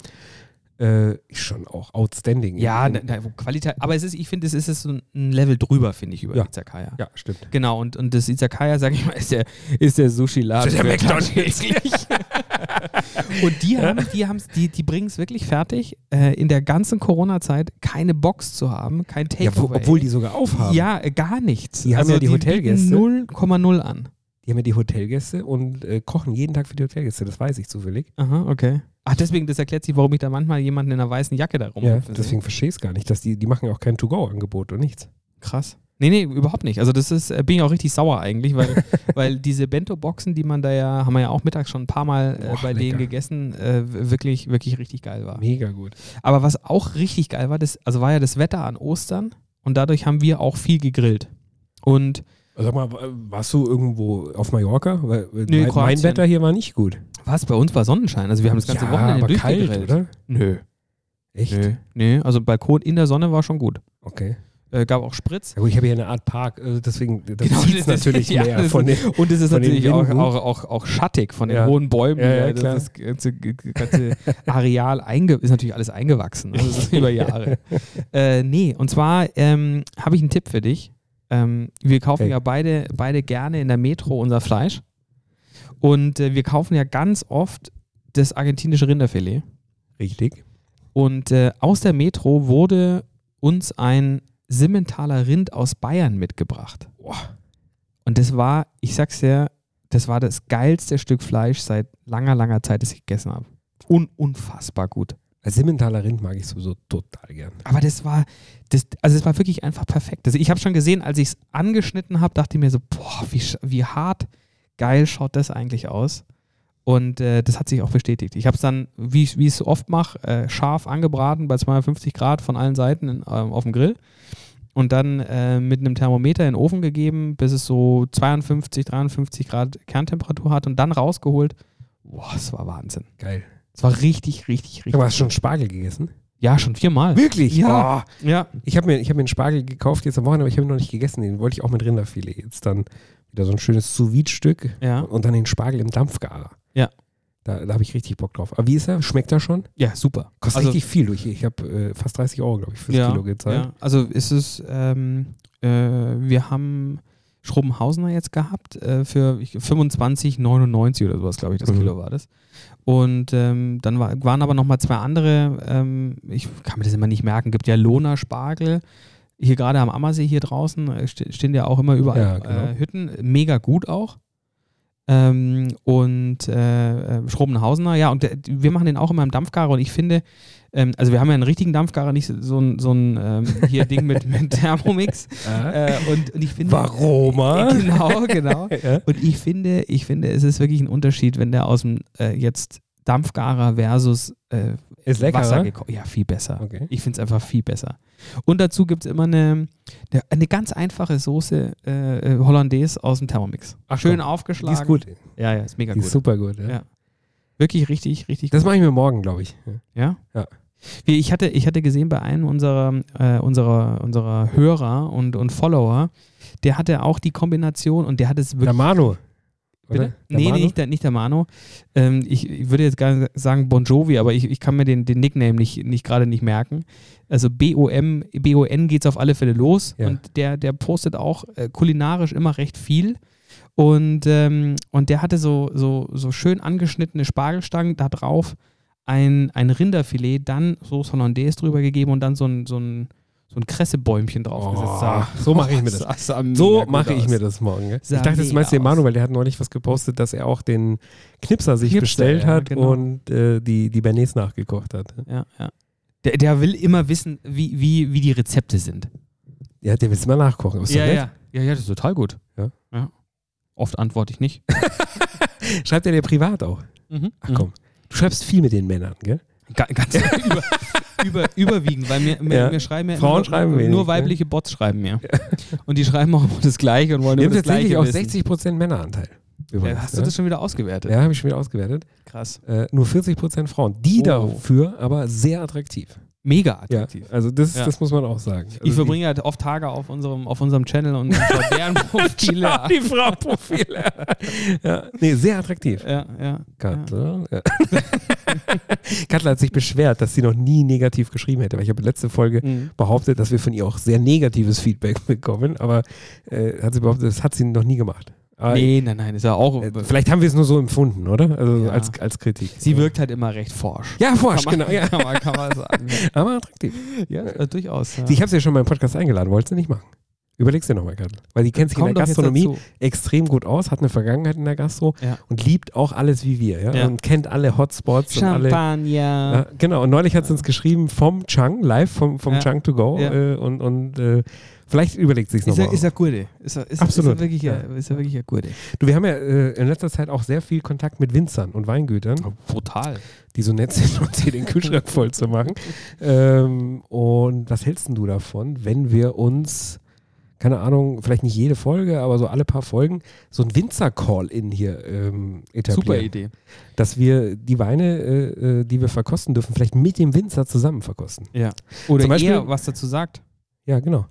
S2: Äh, ist schon auch outstanding.
S1: ja, ne,
S2: In-
S1: na,
S2: in-
S1: na, Qualität, aber es ist, ich finde, es ist so ein- ein Level drüber, finde ich, über
S2: Ja.
S1: Izakaya.
S2: ja, stimmt.
S1: Genau, und, und das Izakaya, sag ich mal, ist der, ist der Sushi-Laden.
S2: Ist der
S1: für
S2: McDonald's.
S1: (laughs) Taschengeld. und die haben, die haben's, die, die bringen es wirklich fertig, äh, in der ganzen Corona-Zeit keine Box zu haben, kein
S2: Ja, wo,
S1: Takeaway.
S2: obwohl die sogar aufhaben.
S1: Ja, äh, gar nichts.
S2: Die haben ja die
S1: bieten
S2: Hotelgäste.
S1: 0,0 an.
S2: Die haben ja die Hotelgäste und äh, kochen jeden Tag für die Hotelgäste, das weiß ich zufällig.
S1: Aha, okay. Ach, deswegen, das erklärt sich, warum ich da manchmal jemanden in einer weißen Jacke da
S2: Ja,
S1: rumhüpfe.
S2: deswegen verstehe ich es gar nicht, dass die, die machen ja auch kein To-Go-Angebot und nichts.
S1: Krass. Nee, nee, überhaupt nicht. Also das ist, äh, bin ich auch richtig sauer eigentlich,
S2: (laughs)
S1: weil, weil diese Bento-Boxen, die man da ja, haben wir ja auch mittags schon ein paar Mal äh,
S2: Boah,
S1: bei denen
S2: lecker.
S1: gegessen, äh, w- wirklich, wirklich richtig geil war.
S2: Mega gut.
S1: Aber was auch richtig geil war, das, also war ja das Wetter an Ostern und dadurch haben wir auch viel gegrillt. Und
S2: Sag mal, wa- warst du irgendwo auf Mallorca? Weil, weil
S1: Nee,
S2: mein, mein
S1: Kroatien.
S2: Wetter hier war nicht gut.
S1: was bei uns war Sonnenschein. Also wir haben das ganze Wochenende
S2: aber
S1: durchgegrillt.
S2: kalt, oder?
S1: Nö.
S2: Echt?
S1: Nö. Nö. Also Balkon in der Sonne war schon gut.
S2: Okay.
S1: Äh, gab auch Spritz.
S2: Ja gut, ich habe hier eine Art Park, also deswegen das
S1: Genau,
S2: zieht's
S1: das ist- (laughs)
S2: natürlich
S1: ja,
S2: mehr
S1: das ist-
S2: von den
S1: Und es ist
S2: Von den
S1: natürlich auch,
S2: Winden.
S1: auch, auch, auch schattig von den
S2: Ja.
S1: hohen Bäumen.
S2: Ja, ja,
S1: hier.
S2: klar.
S1: das, das ganze, ganze Areal einge ist natürlich alles eingewachsen. Also das ist (laughs) über Jahre. äh, nee, und zwar ähm, habe ich einen Tipp für dich. Ähm, wir kaufen
S2: Hey.
S1: ja beide, beide gerne in der Metro unser Fleisch. Und äh, wir kaufen ja ganz oft das argentinische Rinderfilet.
S2: Richtig.
S1: Und äh, aus der Metro wurde uns ein Simmentaler Rind aus Bayern mitgebracht.
S2: Boah.
S1: Und das war, ich sag's dir, das war das geilste Stück Fleisch seit langer, langer Zeit, das ich gegessen habe. Un unfassbar gut.
S2: Also Simmentaler Rind mag ich sowieso total gern.
S1: Aber das war, das, also es war wirklich einfach perfekt. Also ich habe schon gesehen, als ich es angeschnitten habe, dachte ich mir so, boah, wie, sch- wie hart geil schaut das eigentlich aus. Und äh, das hat sich auch bestätigt. Ich habe es dann, wie ich es so oft mache, äh, scharf angebraten bei 250 Grad von allen Seiten in, ähm, auf dem Grill. Und dann äh, mit einem Thermometer in den Ofen gegeben, bis es so 52, 53 Grad Kerntemperatur hat und dann rausgeholt. Boah, es war Wahnsinn.
S2: Geil.
S1: Es war richtig, richtig, richtig.
S2: Aber hast du schon Spargel gegessen?
S1: Ja, schon viermal.
S2: Wirklich?
S1: Ja.
S2: Ja.
S1: Ja,
S2: Ich habe mir, ich hab mir einen Spargel gekauft jetzt am Wochenende, aber ich habe ihn noch nicht gegessen. Den wollte ich auch mit Rinderfilet. Jetzt dann wieder so ein schönes Sous-Vide-Stück
S1: ja.
S2: und dann den Spargel im Dampfgarer.
S1: Ja.
S2: Da, da habe ich richtig Bock drauf. Aber wie ist er? Schmeckt er schon?
S1: Ja, super.
S2: Kostet
S1: also,
S2: richtig viel. Du. Ich, ich habe äh, fast 30 Euro, glaube ich, fürs
S1: ja,
S2: Kilo gezahlt.
S1: Ja. Also ist es, ähm, äh, wir haben Schrubbenhausener jetzt gehabt äh, für ich- 25,99 oder sowas, glaube ich, das
S2: Mhm.
S1: Kilo war das. Und ähm, dann war, waren aber nochmal zwei andere, ähm, ich kann mir das immer nicht merken, gibt ja Lohner Spargel. Hier gerade am Ammersee hier draußen äh, ste- stehen ja auch immer überall
S2: Ja, genau.
S1: äh, Hütten. Mega gut auch. Ähm, und äh, äh, Schrobenhausener, ja, und der, wir machen den auch immer im Dampfgarer und ich finde, ähm, also wir haben ja einen richtigen Dampfgarer, nicht so- so ein, so ein ähm, hier Ding mit, mit
S2: (laughs)
S1: Thermomix.
S2: Äh,
S1: Äh, und, und ich finde.
S2: Varoma?
S1: (laughs) Genau, genau.
S2: (laughs) Ja.
S1: Und ich finde, ich finde, es ist wirklich ein Unterschied, wenn der aus dem äh, jetzt Dampfgarer versus äh,
S2: Ist leckerer?
S1: Wasser gekocht. Ja, viel besser.
S2: Okay.
S1: Ich finde es einfach viel besser. Und dazu gibt es immer eine, eine, eine ganz einfache Soße äh, äh, Hollandaise aus dem Thermomix.
S2: Ach,
S1: Schön
S2: komm. Die
S1: aufgeschlagen.
S2: ist gut.
S1: Ja, ja, ist mega
S2: Die
S1: gut.
S2: ist super gut. Ja.
S1: Ja. Wirklich richtig, richtig
S2: Das mache ich mir morgen, glaube ich. Ja.
S1: ja?
S2: Ja.
S1: Wie, Ich hatte, ich hatte gesehen bei einem unserer, äh, unserer, unserer Hörer und, und Follower, der hatte auch die Kombination und der hat es
S2: Der
S1: wirklich.
S2: Manu. oder?
S1: Bitte?
S2: Der
S1: Nee, nee,
S2: Manu?
S1: nicht der, nicht der Mano. Ähm, ich, ich würde jetzt gar nicht sagen Bon Jovi, aber ich, ich kann mir den, den Nickname nicht, nicht gerade nicht merken. Also BOM, BON geht es auf alle Fälle los
S2: Ja.
S1: und der, der postet auch äh, kulinarisch immer recht viel. Und, ähm, und der hatte so, so, so schön angeschnittene Spargelstangen, da drauf ein, ein Rinderfilet, dann Soße Hollandaise drüber gegeben und dann so ein, so ein, so ein Kressebäumchen draufgesetzt. Sah-
S2: Oh, so mache ich mir das.
S1: sah- sah mega
S2: So
S1: gut
S2: mache ich
S1: aus.
S2: mir das morgen. Gell? Ich
S1: Sah
S2: dachte, das
S1: mega
S2: meinst du den
S1: aus.
S2: Manu, weil der hat neulich was gepostet, dass er auch den Knipser sich
S1: Knipser,
S2: bestellt
S1: ja,
S2: hat
S1: genau.
S2: und äh, die, die Bernays nachgekocht hat.
S1: Ja, ja. Der, der will immer wissen, wie, wie, wie die Rezepte sind.
S2: Ja, der will es mal nachkochen. aber ist doch nett.
S1: ja, ja, das ist total gut.
S2: Ja.
S1: Oft antworte ich nicht.
S2: Schreibt er dir privat auch?
S1: Mhm.
S2: Ach komm, du schreibst viel mit den Männern, gell?
S1: Ga- (laughs) ganz über, über, überwiegend, weil mir, mir,
S2: Ja.
S1: mir schreiben ja
S2: Frauen
S1: nur,
S2: schreiben
S1: nur
S2: wenig, ne?
S1: weibliche Bots schreiben mir. Und die schreiben auch immer das Gleiche und wollen
S2: Wir
S1: immer
S2: haben
S1: das Gleiche
S2: tatsächlich auch
S1: wissen.
S2: 60% Männeranteil.
S1: ja,
S2: übrigens,
S1: hast du
S2: ne?
S1: das schon wieder ausgewertet?
S2: ja, habe ich schon wieder ausgewertet.
S1: Krass.
S2: Äh, nur 40% Frauen. Die
S1: Oh.
S2: dafür aber sehr attraktiv.
S1: Mega
S2: Ja,
S1: attraktiv.
S2: also das,
S1: Ja.
S2: das muss man auch sagen. Also
S1: ich verbringe halt oft Tage auf unserem, auf unserem Channel und
S2: (laughs)
S1: schaue deren Profile
S2: die,
S1: an.
S2: (laughs) die Frauenprofile. ja. Nee, sehr attraktiv.
S1: Ja, ja.
S2: Katla. Ja. (laughs) Katla hat sich beschwert, dass sie noch nie negativ geschrieben hätte, weil ich habe letzte Folge
S1: Mhm.
S2: behauptet, dass wir von ihr auch sehr negatives Feedback (laughs) bekommen, aber äh, hat sie behauptet, das hat sie noch nie gemacht. Aber,
S1: Nee, nein, nein, ist ja auch.
S2: äh, vielleicht haben wir es nur so empfunden, oder? Also
S1: Ja.
S2: als, als Kritik.
S1: Sie wirkt halt immer recht forsch.
S2: Ja, forsch,
S1: Kann
S2: genau.
S1: man-
S2: Ja.
S1: kann, man, kann man sagen.
S2: Aber attraktiv.
S1: Ja, äh, durchaus. Ja.
S2: Ich habe sie ja schon mal im Podcast eingeladen, wolltest du nicht machen. Überlegst dir nochmal, Katla. Weil die kennt sich in
S1: Komm
S2: der
S1: doch jetzt
S2: Gastronomie
S1: dazu.
S2: extrem gut aus, hat eine Vergangenheit in der Gastro
S1: Ja.
S2: und liebt auch alles wie wir. Ja?
S1: Ja.
S2: Und kennt alle Hotspots und alle Ja,
S1: Champagner.
S2: genau, und neulich hat sie uns geschrieben vom Chang, live vom, vom
S1: Ja.
S2: Chang to go.
S1: Ja.
S2: Äh, und und äh, vielleicht überlegt sich
S1: Ist
S2: nochmal.
S1: er, ist er gute. Ist er, ist,
S2: Absolut.
S1: Ist er wirklich,
S2: Ja.
S1: ein- ist er wirklich ein gute.
S2: du, wir haben ja äh, in letzter Zeit auch sehr viel Kontakt mit Winzern und Weingütern,
S1: Oh. Brutal.
S2: die so nett sind, uns hier den Kühlschrank voll zu machen. Ähm, und was hältst denn du davon, wenn wir uns, keine Ahnung, vielleicht nicht jede Folge, aber so alle paar Folgen, so ein Winzer-Call-In hier ähm, etablieren?
S1: Super Idee.
S2: Dass wir die Weine, äh, äh, die wir verkosten dürfen, vielleicht mit dem Winzer zusammen verkosten.
S1: Ja. Oder
S2: Zum Beispiel-
S1: er was dazu sagt.
S2: Ja, genau.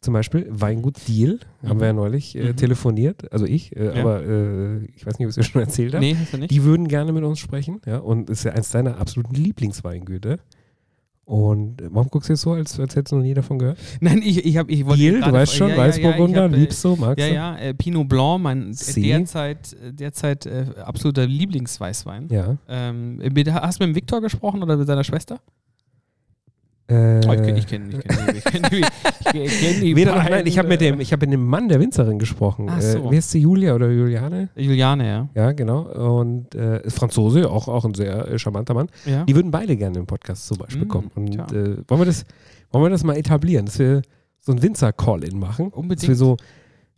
S2: Zum Beispiel Weingut Deal, haben
S1: Mhm.
S2: wir ja neulich äh,
S1: Mhm.
S2: telefoniert, also ich, äh,
S1: Ja.
S2: aber äh, ich weiß nicht, ob ich es dir schon erzählt habe.
S1: Nee, hast du nicht?
S2: Die würden gerne mit uns sprechen, ja, und ist ja eins deiner absoluten Lieblingsweingüter. Und äh, warum guckst du jetzt so, als, als hättest du noch nie davon gehört?
S1: Nein, ich, ich, hab, ich wollte.
S2: Deal,
S1: gerade
S2: du weißt schon,
S1: fragen. Ja, ja, ja,
S2: Weißburgunder,
S1: ich hab, äh,
S2: liebst du, magst
S1: Ja,
S2: du?
S1: ja, äh, Pinot Blanc, mein
S2: Sie.
S1: derzeit, derzeit äh, absoluter Lieblingsweißwein.
S2: Ja.
S1: Ähm, mit, hast du mit dem Viktor gesprochen oder mit seiner Schwester?
S2: Äh,
S1: Oh, ich ich kenne ich kenn die. Ich kenne die. Ich kenn die, ich kenn die
S2: (laughs) weder noch, nein,
S1: beiden,
S2: ich habe mit,
S1: äh,
S2: dem- ich hab mit dem Mann der Winzerin gesprochen.
S1: Ach so.
S2: Äh, wie heißt sie, Julia oder Juliane?
S1: Juliane, ja.
S2: Ja, genau. Und äh, ist Franzose, auch, auch ein sehr äh, charmanter Mann.
S1: ja.
S2: Die würden beide gerne im Podcast zum Beispiel
S1: Mm,
S2: kommen. Und
S1: tja.
S2: äh, wollen, wir das, wollen wir das mal etablieren, dass wir so ein Winzer-Call-In machen? Dass wir
S1: Unbedingt.
S2: so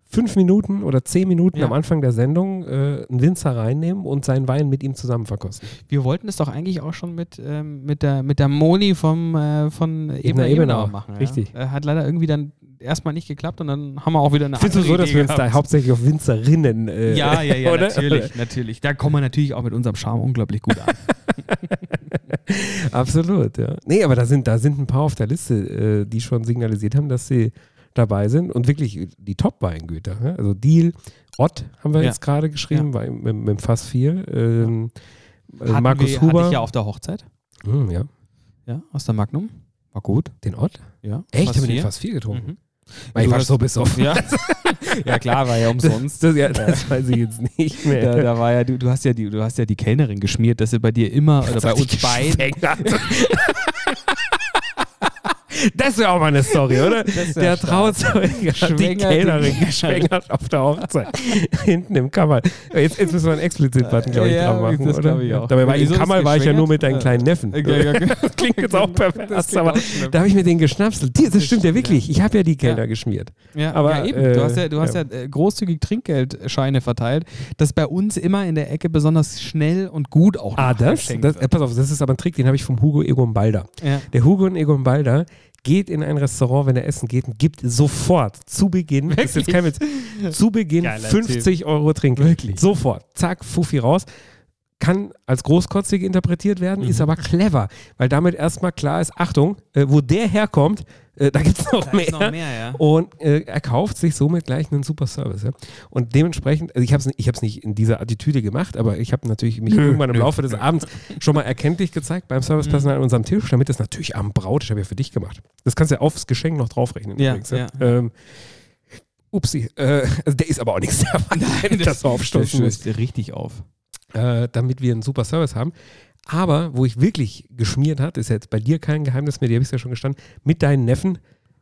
S2: fünf Minuten oder zehn Minuten
S1: Ja.
S2: am Anfang der Sendung äh, einen Winzer reinnehmen und seinen Wein mit ihm zusammen verkosten.
S1: Wir wollten es doch eigentlich auch schon mit, ähm, mit, der, mit der Moni vom, äh, von Ebner
S2: Ebenauer.
S1: Ebenauer machen. Ja.
S2: Richtig.
S1: Äh, hat leider irgendwie dann erstmal nicht geklappt und dann haben wir auch wieder eine
S2: Ich finde es so,
S1: andere
S2: dass
S1: Idee
S2: wir uns da
S1: gehabt.
S2: hauptsächlich auf Winzerinnen. Äh,
S1: Ja, ja, ja,
S2: (laughs) oder?
S1: natürlich, natürlich. Da kommen wir natürlich auch mit unserem Charme unglaublich gut
S2: (laughs)
S1: an.
S2: Absolut, ja. Nee, aber da sind, da sind ein paar auf der Liste, äh, die schon signalisiert haben, dass sie dabei sind und wirklich die Top-Weingüter. Ne? Also Deal, Ott haben wir
S1: Ja.
S2: jetzt gerade geschrieben, bei, mit, mit dem Fass 4. Ähm, äh,
S1: Hatten
S2: Markus
S1: wir,
S2: Huber.
S1: Hatte ich ja auf der Hochzeit,
S2: Hm, ja.
S1: ja, aus der Magnum. War gut.
S2: Den Ott?
S1: Ja.
S2: Echt?
S1: Fast
S2: Haben wir den
S1: vier.
S2: Fass 4 getrunken?
S1: Mhm.
S2: Weil ich
S1: Du
S2: war
S1: hast-
S2: so
S1: (laughs)
S2: besoffen.
S1: Ja. ja, klar, war ja
S2: (laughs)
S1: umsonst.
S2: Das, ja, das weiß ich jetzt nicht mehr.
S1: Da, da war ja, du, du hast ja die, du hast ja die Kellnerin geschmiert, dass sie bei dir immer oder bei
S2: Dass ich
S1: uns beiden
S2: geschwenkt habe. Das wäre auch mal eine Story, oder?
S1: Das wär
S2: Der
S1: stark.
S2: Trauzeuge hat die
S1: Geschwängert,
S2: Kellnerin
S1: die-
S2: geschwängert auf
S1: (laughs)
S2: der Hochzeit. Hinten im Kammer. Jetzt, jetzt müssen wir einen Explizit-Button, glaube ich,
S1: Ja,
S2: dran machen,
S1: das
S2: oder?
S1: glaub ich auch.
S2: Dabei war
S1: Wieso
S2: im
S1: ist
S2: Kammer war ich ja
S1: geschwängert?
S2: nur mit deinen
S1: Ja.
S2: kleinen Neffen. (laughs)
S1: (laughs) Das
S2: Klingt jetzt auch pervers,
S1: klingt
S2: aber
S1: auch schlimm.
S2: da habe ich mir den geschnapselt. Die, das stimmt ja
S1: stimmt,
S2: wirklich. Ich habe ja die Kellner geschmiert.
S1: Ja,
S2: Aber,
S1: ja eben. du hast ja,
S2: äh,
S1: du hast ja. äh, großzügig Trinkgeldscheine verteilt, das bei uns immer in der Ecke besonders schnell und gut auch
S2: Ah, das?
S1: nachgeschenkt
S2: das
S1: wird.
S2: äh, pass auf, das ist aber ein Trick, den habe ich vom Hugo Egon Balder.
S1: Ja.
S2: Der Hugo und Egon Balder geht in ein Restaurant, wenn er essen geht, und gibt sofort zu Beginn, das ist jetzt kein Witz, zu Beginn
S1: Geiler
S2: 50 Euro Trinkgeld. Wirklich? Sofort. Zack, Fuffi raus. Kann als großkotzig interpretiert werden, ist aber clever, weil damit erstmal klar ist, Achtung, äh, wo der herkommt, äh, da gibt es noch,
S1: Da ist
S2: mehr.
S1: noch mehr, ja.
S2: Und äh, er kauft sich somit gleich einen super Service. Ja? Und dementsprechend, also ich habe es ich hab's nicht in dieser Attitüde gemacht, aber ich habe natürlich mich irgendwann im Laufe des Abends schon mal erkenntlich gezeigt beim
S1: Mhm.
S2: Servicepersonal an unserem Tisch, damit das natürlich am Braut, ich habe ja für dich gemacht. Das kannst du ja aufs Geschenk noch draufrechnen.
S1: Ja,
S2: übrigens, ja.
S1: ja.
S2: Ähm, Upsi, äh, also der ist aber auch (laughs) nichts der Wein, das du
S1: Das
S2: aufstoßen musst,
S1: stößt richtig auf.
S2: äh, damit wir einen super Service haben. Aber wo ich wirklich geschmiert hat, ist jetzt bei dir kein Geheimnis mehr, die habe ich ja schon gestanden, mit deinen Neffen,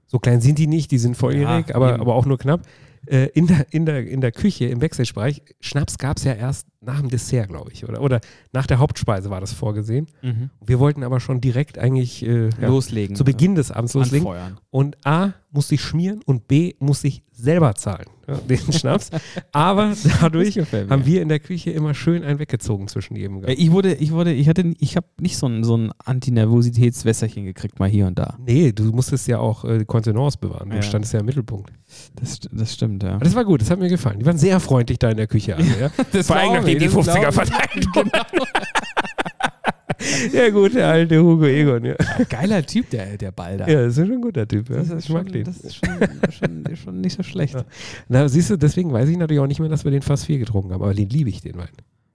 S2: so klein sind die nicht, die sind volljährig,
S1: Ja,
S2: aber,
S1: eben.
S2: aber auch nur knapp, äh, in, der, in, der, in der Küche, im Wechselbereich, Schnaps gab es ja erst nach dem Dessert, glaube ich, oder? Oder nach der Hauptspeise war das vorgesehen.
S1: Mhm.
S2: Wir wollten aber schon direkt eigentlich äh, ja,
S1: Loslegen.
S2: zu Beginn des Abends loslegen.
S1: Anfeuern.
S2: Und A, muss ich schmieren und B, muss ich selber zahlen, ja, (laughs) den Schnaps. Aber dadurch
S1: Das gefällt mir.
S2: haben wir in der Küche immer schön einen weggezogen zwischen jedem
S1: Äh,
S2: Gang.
S1: Ich wurde, ich wurde, ich hatte, ich habe nicht so ein, so ein Antinervositätswässerchen gekriegt, mal hier und da.
S2: Nee, du musstest ja auch äh, die Kontenance bewahren. Du
S1: Ja.
S2: standest ja im Mittelpunkt.
S1: Das, st- das stimmt, ja.
S2: Aber das war gut, das hat mir gefallen. Die waren sehr freundlich da in der Küche. Alle, ja.
S1: (laughs) Das
S2: Vor allem,
S1: glaub
S2: nachdem
S1: ich,
S2: die
S1: das
S2: 50er
S1: glaub ich.
S2: verteilt wurden. (laughs) ja gut, der alte Hugo Egon. Ja,
S1: Geiler Typ, der, der Ball da.
S2: ja das ist schon ein guter Typ. Ja.
S1: Das ist
S2: ich mag
S1: schon,
S2: den.
S1: das ist schon, schon, schon nicht so schlecht.
S2: Na, siehst du, deswegen weiß ich natürlich auch nicht mehr, dass wir den fast vier getrunken haben. Aber den liebe ich, den Wein.